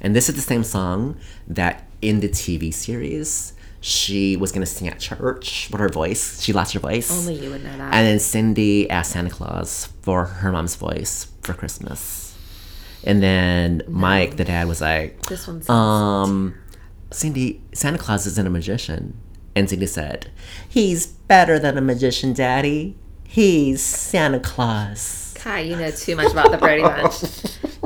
And this is the same song that in the TV series she was going to sing at church, but her voice, she lost her voice. Only you would know that. And then Cindy asked Santa Claus for her mom's voice for Christmas. And then Mike, the dad, was like, this one's um, Cindy, Santa Claus isn't a magician. And Cindy said, He's better than a magician, Daddy. He's Santa Claus. Kai, you know too much about [laughs] the Brady Bunch.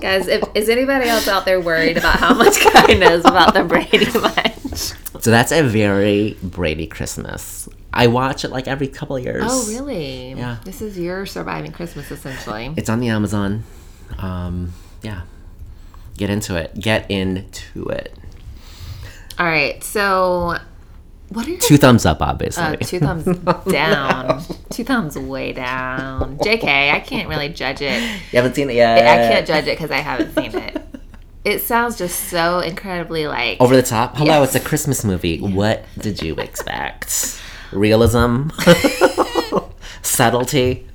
Guys, if, is anybody else out there worried about how much Kai [laughs] knows about the Brady Bunch? So that's a very Brady Christmas. I watch it like every couple of years. Oh, really? Yeah. This is your surviving Christmas, essentially. It's on the Amazon. Um, yeah. Get into it. Get into it. All right, so What are your Two thumbs up, obviously. [laughs] Uh, two thumbs down. Two thumbs [laughs] way down. JK, I can't really judge it. you haven't seen it yet. I can't judge it because I haven't seen [laughs] it. It sounds just so incredibly like. Over the top. Hello, Yes. it's a Christmas movie. What did you expect? Realism, [laughs] subtlety.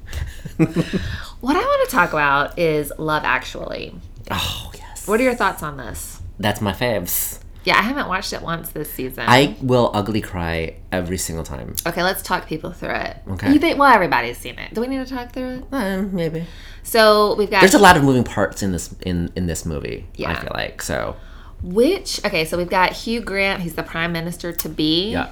what I want to talk about is Love Actually. Oh yes, What are your thoughts on this? that's my faves. Yeah, I haven't watched it once this season. I will ugly cry every single time. okay, let's talk people through it. Okay. You think? Well, everybody's seen it. Do we need to talk through it? Um, maybe So we've got. there's a lot of moving parts in this in in this movie. I Yeah. feel like so. Which okay, so we've got Hugh Grant. He's the prime minister to be. Yeah,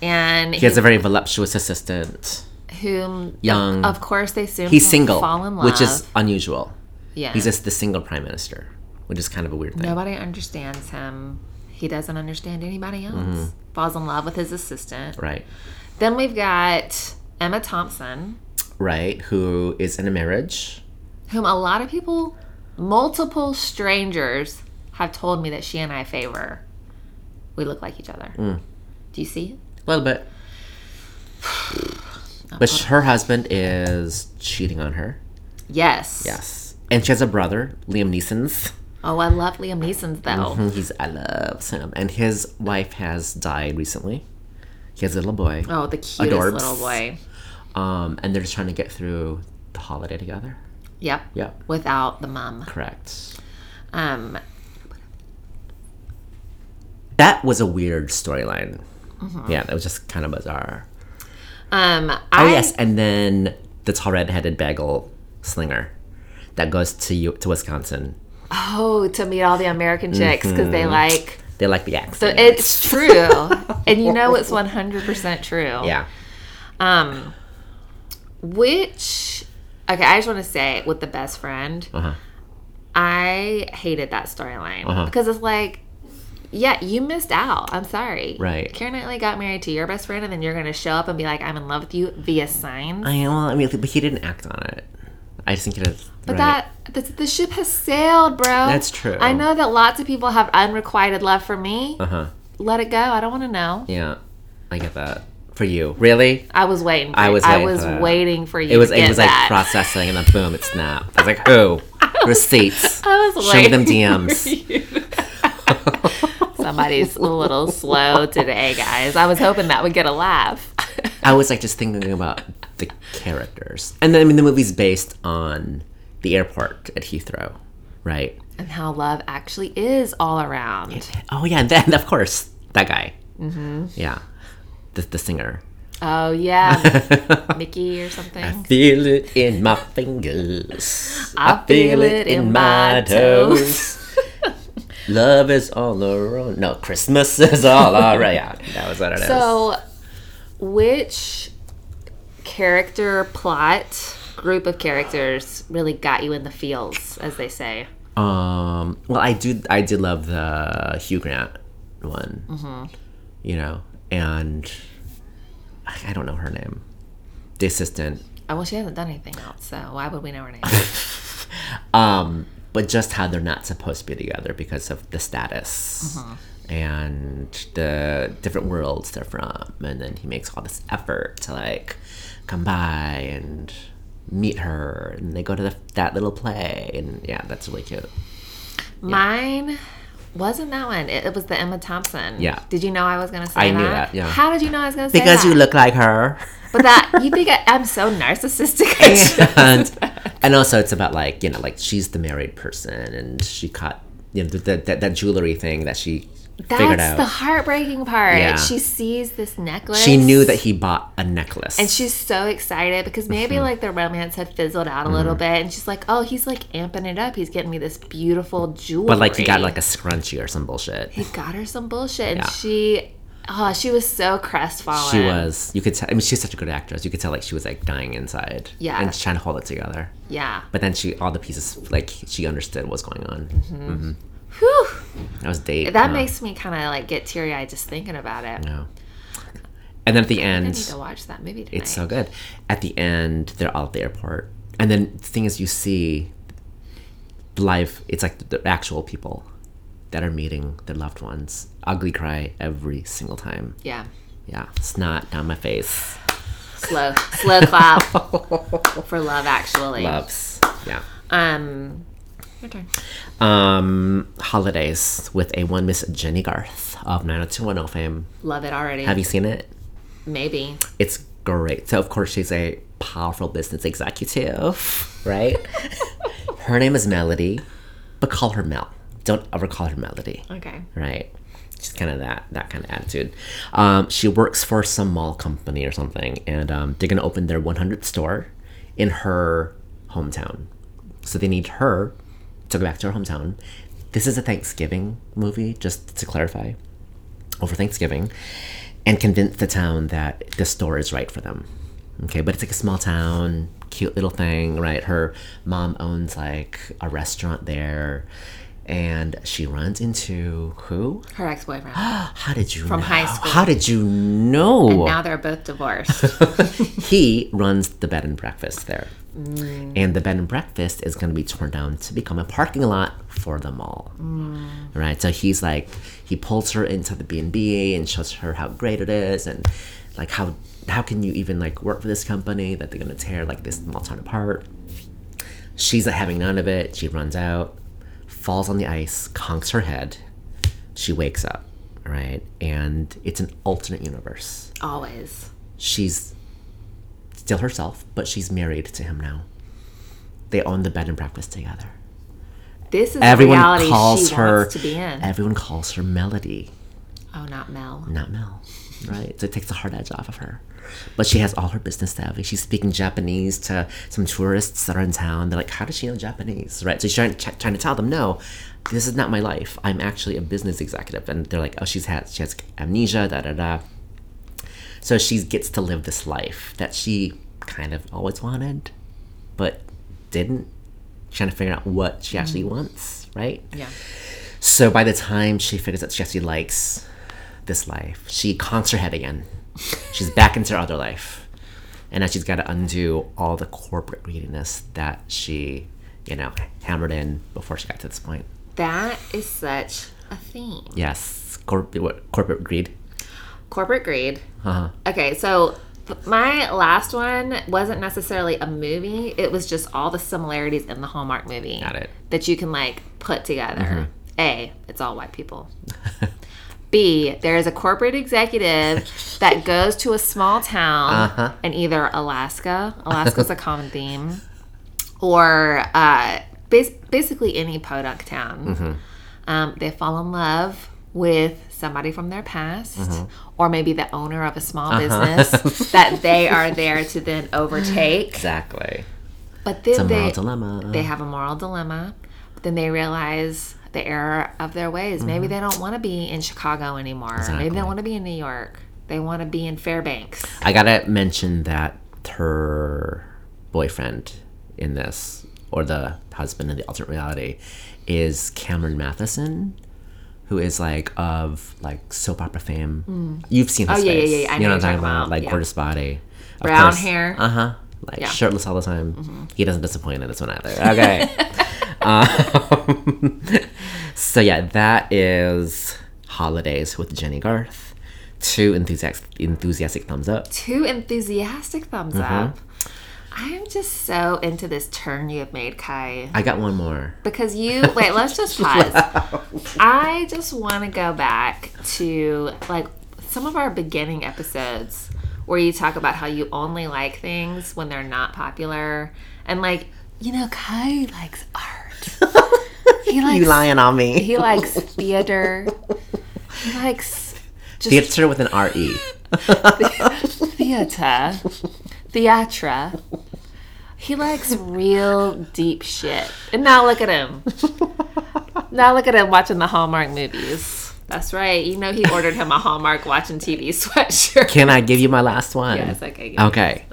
And he has a very voluptuous assistant. whom Young. Of course, they soon He's single, fall in love, which is unusual. yeah. He's just the single prime minister, which is kind of a weird thing. Nobody understands him. He doesn't understand anybody else. Falls in love with his assistant. Mm-hmm. Right, Then we've got Emma Thompson, right. Who is in a marriage? whom a lot of people, multiple strangers, have told me that she and I favor. We look like each other. Mm. Do you see? A little bit. [sighs] But sh- her husband is cheating on her. Yes. Yes. And she has a brother, Liam Neeson's. Oh, I love Liam Neeson's though. And He's I love him. And his wife has died recently. He has a little boy. Oh, the cutest Adorbs. little boy. Um, and they're just trying to get through the holiday together. Yep. Yep. Without the mum. Correct. Um, That was a weird storyline. Yeah, that was just kind of bizarre. um, I, Oh yes, and then the tall red-headed bagel slinger that goes to you to Wisconsin. oh, to meet all the American chicks because they Mm-hmm. like They like the accent. So it's [laughs] true. and you know it's 100% true. yeah. Um which okay, I just want to say with the best friend, Uh huh. I hated that storyline Uh-huh. because it's like yeah, you missed out. I'm sorry. Right. Karen Knightley got married to your best friend, and then you're going to show up and be like, I'm in love with you via signs. I well, I mean, but he didn't act on it. I just think it is. But that, the, the ship has sailed, bro. That's true. I know that lots of people have unrequited love for me. Uh huh. Let it go. I don't want to know. Yeah, I get that. For you, really? I was waiting. For I it. was I waiting was for that. waiting for you. It was. To It get was that. like processing, and then boom, it snapped. I was like, who? Receipts. [laughs] [laughs] I was Show me waiting. them for DMs. you. Somebody's [laughs] a little slow today, guys. I was hoping that would get a laugh. [laughs] I was like just thinking about the characters, and then I mean the movie's based on the airport at Heathrow, right? and how love actually is all around. Oh yeah, and then [laughs] of course that guy. Mm-hmm. Yeah, the the singer. [laughs] Oh yeah, Mickey or something. Feel it in my fingers. I feel it in my toes. [laughs] Love is all around. No, Christmas is all around. Yeah, [laughs] that was what it is. So, which character, plot, group of characters really got you in the feels, as they say? um, well, I do. I did love the Hugh Grant one. Mm-hmm. You know, and I I don't know her name. The assistant. Oh, well, she hasn't done anything else, so why would we know her name? Um, but just how they're not supposed to be together because of the status Mm-hmm. and the different worlds they're from. And then he makes all this effort to like come by and meet her, and they go to the, that little play. And yeah, that's really cute. Mine wasn't that one. It, it was the Emma Thompson. Yeah. Did you know I was gonna say I that? knew that, yeah. How did you know I was gonna say Because that? you look like [laughs] her. [laughs] But that you think I, I'm so narcissistic. and, [laughs] and also it's about like you know like she's the married person and she caught you know that that that jewelry thing that she figured [laughs] That's out the heartbreaking part. Yeah. She sees this necklace. she knew Mm-hmm. that he bought a necklace And she's so excited because maybe like the romance had fizzled out a little Mm-hmm. bit, and she's like, "Oh, he's like amping it up. He's getting me this beautiful jewelry." But like he got like a scrunchie or some bullshit. he got her some bullshit, and Yeah. she, oh, she was so crestfallen. She was. You could tell. I mean, she's such a good actress. You could tell like she was like dying inside. Yeah. And trying to hold it together. yeah. But then she, all the pieces, like she understood what was going on. Whew. That was date. Mm-hmm. Oh, That huh? makes me kind of like get teary eyed just thinking about it. No. And then at the I end, need to watch that movie tonight. it's so good. At the end, they're all at the airport, and then the thing is, you see life. It's like the actual people that are meeting their loved ones. Ugly cry every single time. yeah. Yeah, snot down my face. Slow, slow [laughs] clap for love, actually. Loves. Yeah. Um, your turn. Um, holidays with a one Miss Jenny Garth of 90210 fame. Love it already. Have you seen it? Maybe. It's great. So of course she's a powerful business executive, right? her name is Melody, but call her Mel. Don't ever call her Melody, Okay. right? She's kind of that that kind of attitude. Um, she works for some mall company or something, and um, they're gonna open their 100th store in her hometown. So they need her to go back to her hometown. This is a Thanksgiving movie, just to clarify, over Thanksgiving, and convince the town that this store is right for them. Okay, but it's like a small town, cute little thing, right? Her mom owns like a restaurant there, and she runs into who? Her ex boyfriend. [gasps] How did you From know? high school. How did you know? now they're both [laughs] divorced. he runs the bed and breakfast there. And the bed and breakfast is going to be torn down to become a parking lot for the mall. Right? So he's like, he pulls her into the B&B and shows her how great it is and like how how can you even like work for this company that they're going to tear like this mall town apart. She's not having none of it. She runs out, falls on the ice, conks her head. She wakes up, right? And it's an alternate universe Always. she's still herself, but she's married to him now. They own the bed and breakfast together. This is Everyone the reality calls she her wants to be in. Everyone calls her Melody, oh, not Mel. not Mel, right? So it takes the hard edge off of her. But she has all her business savvy. She's speaking Japanese to some tourists that are in town. They're like, "How does she know Japanese?" Right? So she's trying, ch- trying to tell them, "No, this is not my life. I'm actually a business executive." And they're like, "Oh, she's had she has amnesia." Da da da. So she gets to live this life that she kind of always wanted, but didn't. Trying to figure out what she actually wants, right? Yeah. So by the time she figures out she actually likes this life, she conks her head again. She's back into her other life. And now she's got to undo all the corporate greediness that she, you know, hammered in before she got to this point. That is such a theme. Yes, corporate what, corporate greed. Corporate greed. Uh-huh. Okay, so th- my last one wasn't necessarily a movie. It was just all the similarities in the Hallmark movie. Got it. That you can like put together. A, it's all white people. B, there is a corporate executive that goes to a small town in either Alaska, Alaska's a common theme, or uh, bas- basically any podunk town. Um, they fall in love with somebody from their past, or maybe the owner of a small business that they are there to then [laughs] overtake. Exactly. But then The moral they, dilemma. they have a moral dilemma. But then they realize the error of their ways. Maybe they don't want to be in Chicago anymore. Maybe they Mm-hmm. Exactly. don't want to be in New York. They want to be in Fairbanks. I gotta mention that her boyfriend in this, or the husband in the alternate reality, is Cameron Matheson, who is like of like soap opera fame. You've seen his Mm. Oh, yeah, yeah, face. yeah, yeah. I You know know what you're I'm talking talking about? about, Like yeah. gorgeous body, Of Brown course. hair. Uh huh. Like shirtless all the time. Mm-hmm. He doesn't disappoint in this one either. [laughs] Okay. Um, [laughs] So yeah, that is holidays with Jenny Garth. Two enthusiastic enthusiastic thumbs up. Two enthusiastic thumbs Mm-hmm. up. I am just so into this turn you have made, Kai. I got one more. Because [laughs] you wait, let's just pause. I just want to go back to like some of our beginning episodes where you talk about how you only like things when they're not popular, and like you know, Kai likes [laughs] art. He likes You lying on me. [laughs] he [laughs] likes theater. He likes Theater with an R E. theater, theatra. He likes real deep shit. And now look at him. Now look at him watching the Hallmark movies. That's right. You know he ordered him a Hallmark watching TV sweatshirt. Can I give you my last one? Yes, okay, give me Okay.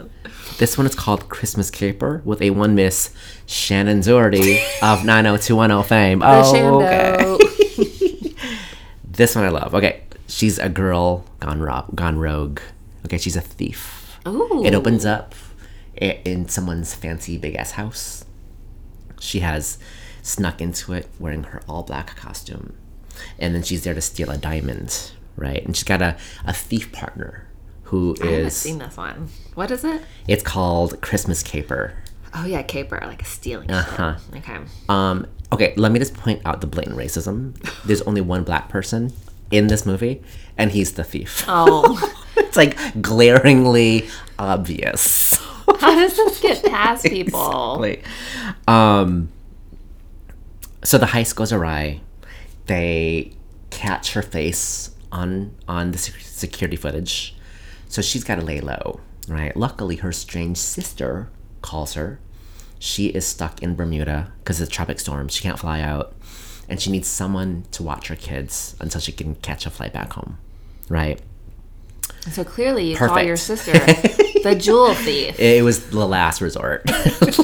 This one is called Christmas Caper with a one miss Shannon Doherty [laughs] of 90210 fame. Oh, okay. Shando. This one I love. Okay. She's a girl gone, ro- gone rogue. Okay. She's a thief. Ooh. It opens up i- in someone's fancy big ass house. She has snuck into it wearing her all black costume. And then she's there to steal a diamond right? And she's got a, a thief partner who I haven't is seen this one. What is it? it's called Christmas Caper. Oh yeah, caper, like stealing. Uh huh. shit. Okay. Um, okay, let me just point out the blatant racism. There's only one black person in this movie, and he's the thief. [laughs] Oh, it's like glaringly obvious. how does this get past people? Like, um, so the heist goes awry. They catch her face on on the sec- security footage, so she's got to lay low, right? Luckily, her strange sister calls her. She is stuck in Bermuda because of the tropic storm. She can't fly out, and she needs someone to watch her kids until she can catch a flight back home, right? So clearly, you call Perfect. your sister the jewel thief. [laughs] It was the last resort.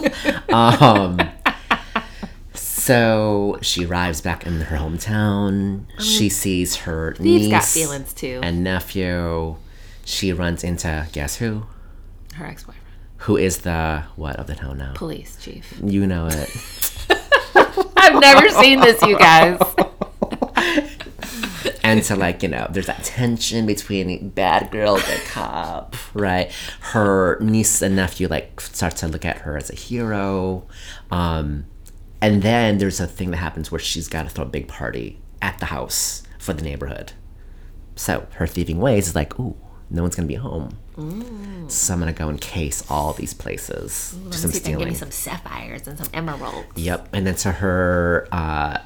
[laughs] um, so she arrives back in her hometown. She sees her Thieves niece Um, got feelings too. and nephew. She runs into guess who? Her ex-boyfriend, Who is the what of the town now? police chief. You know it. I've never seen this, you [laughs] guys. and so like you know there's that tension between bad girl and cop right her niece and nephew like start to look at her as a hero um and then there's a thing that happens where she's got to throw a big party at the house for the neighborhood so her thieving ways is like ooh no one's gonna be home so i'm gonna go and case all these places do some See if I can Give me stealing some sapphires and some emeralds. Yep, and then to her uh,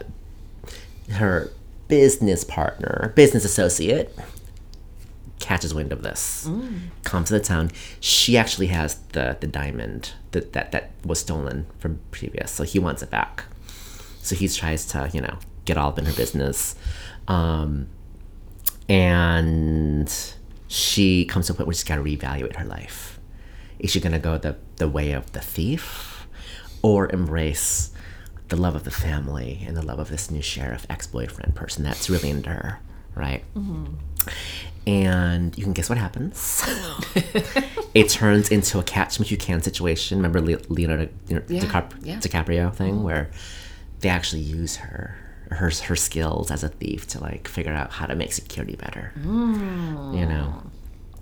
her business partner, business associate, catches wind of this, comes to the town. She actually has the the diamond that that that was stolen from previous, so he wants it back. So he tries to you know get all up in her business, um, and she comes to a point where she's got to reevaluate her life is she going to go the, the way of the thief or embrace the love of the family and the love of this new sheriff ex-boyfriend person that's really into her right Mm-hmm. and you can guess what happens [laughs] it turns into a catch me if you can situation remember Le- leonardo you know, DiCap- yeah. Mm-hmm. dicaprio thing where they actually use her her, her skills as a thief to like figure out how to make security better Mm. you know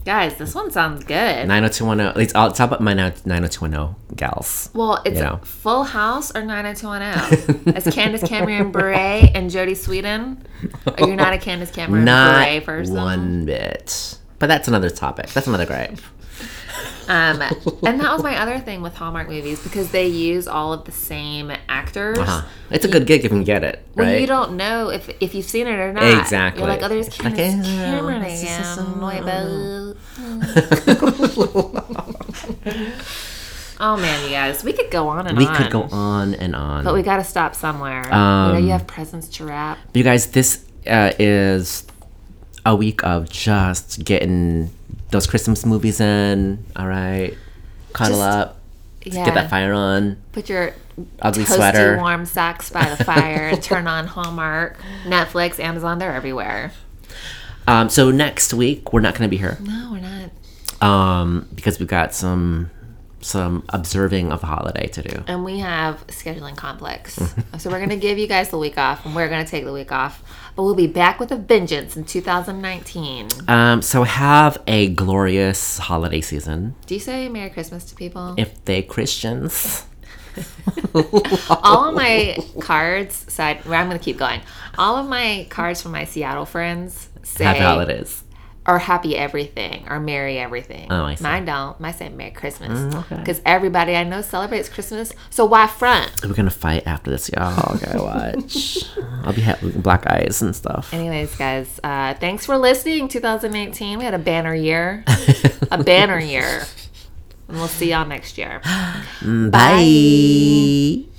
Guys, this one sounds good. 90210. It's all, it's all about oh, my 90210 gals. Well, it's You know. Full House or [laughs] 90210. It's oh? Candace Cameron Bure and Jodie Sweden. Are you not a Candace Cameron Bure Not person? one bit. But that's another topic. That's another [laughs] gripe. Um, and that [laughs] was my other thing with Hallmark movies because they use all of the same actors. Huh. Uh-huh. It's a good gig if you can get it, When right? you don't know if if you've seen it or not. Exactly. You're like, oh, there's It's like, Candace eh, Cameron this is again. so- Nuevo. [laughs] Oh man, you guys, we could go on and we on. could go Um, on and on. But we got to stop somewhere. you know, you have presents to wrap. you guys, this uh, is a week of just getting those Christmas movies in. All right. Cuddle Just- up. Yeah. Get that fire on. Put your Ugly toasty sweater. warm socks by the fire [laughs] and turn on Hallmark, Netflix, Amazon. They're everywhere. Um, so next week, we're not going to be here. No, we're not. um, because we've got some some observing of the holiday to do. And we have [laughs] scheduling conflicts. so we're going to give you guys the week off, and we're going to take the week off. But we'll be back with a vengeance in 2019. Um, so have a glorious holiday season Do you say Merry Christmas to people? if they Christians. all of my cards side well, i'm gonna keep going all of my cards from my seattle friends say Happy holidays. or happy everything or merry everything Oh, I see. Mm, mine don't mine say merry christmas okay. because everybody i know celebrates christmas so why front We're gonna fight after this, y'all. Okay, [laughs] watch. I'll be having black eyes and stuff. [laughs] anyways guys uh, thanks for listening 2018 we had a banner year a banner year and we'll see y'all next year Bye.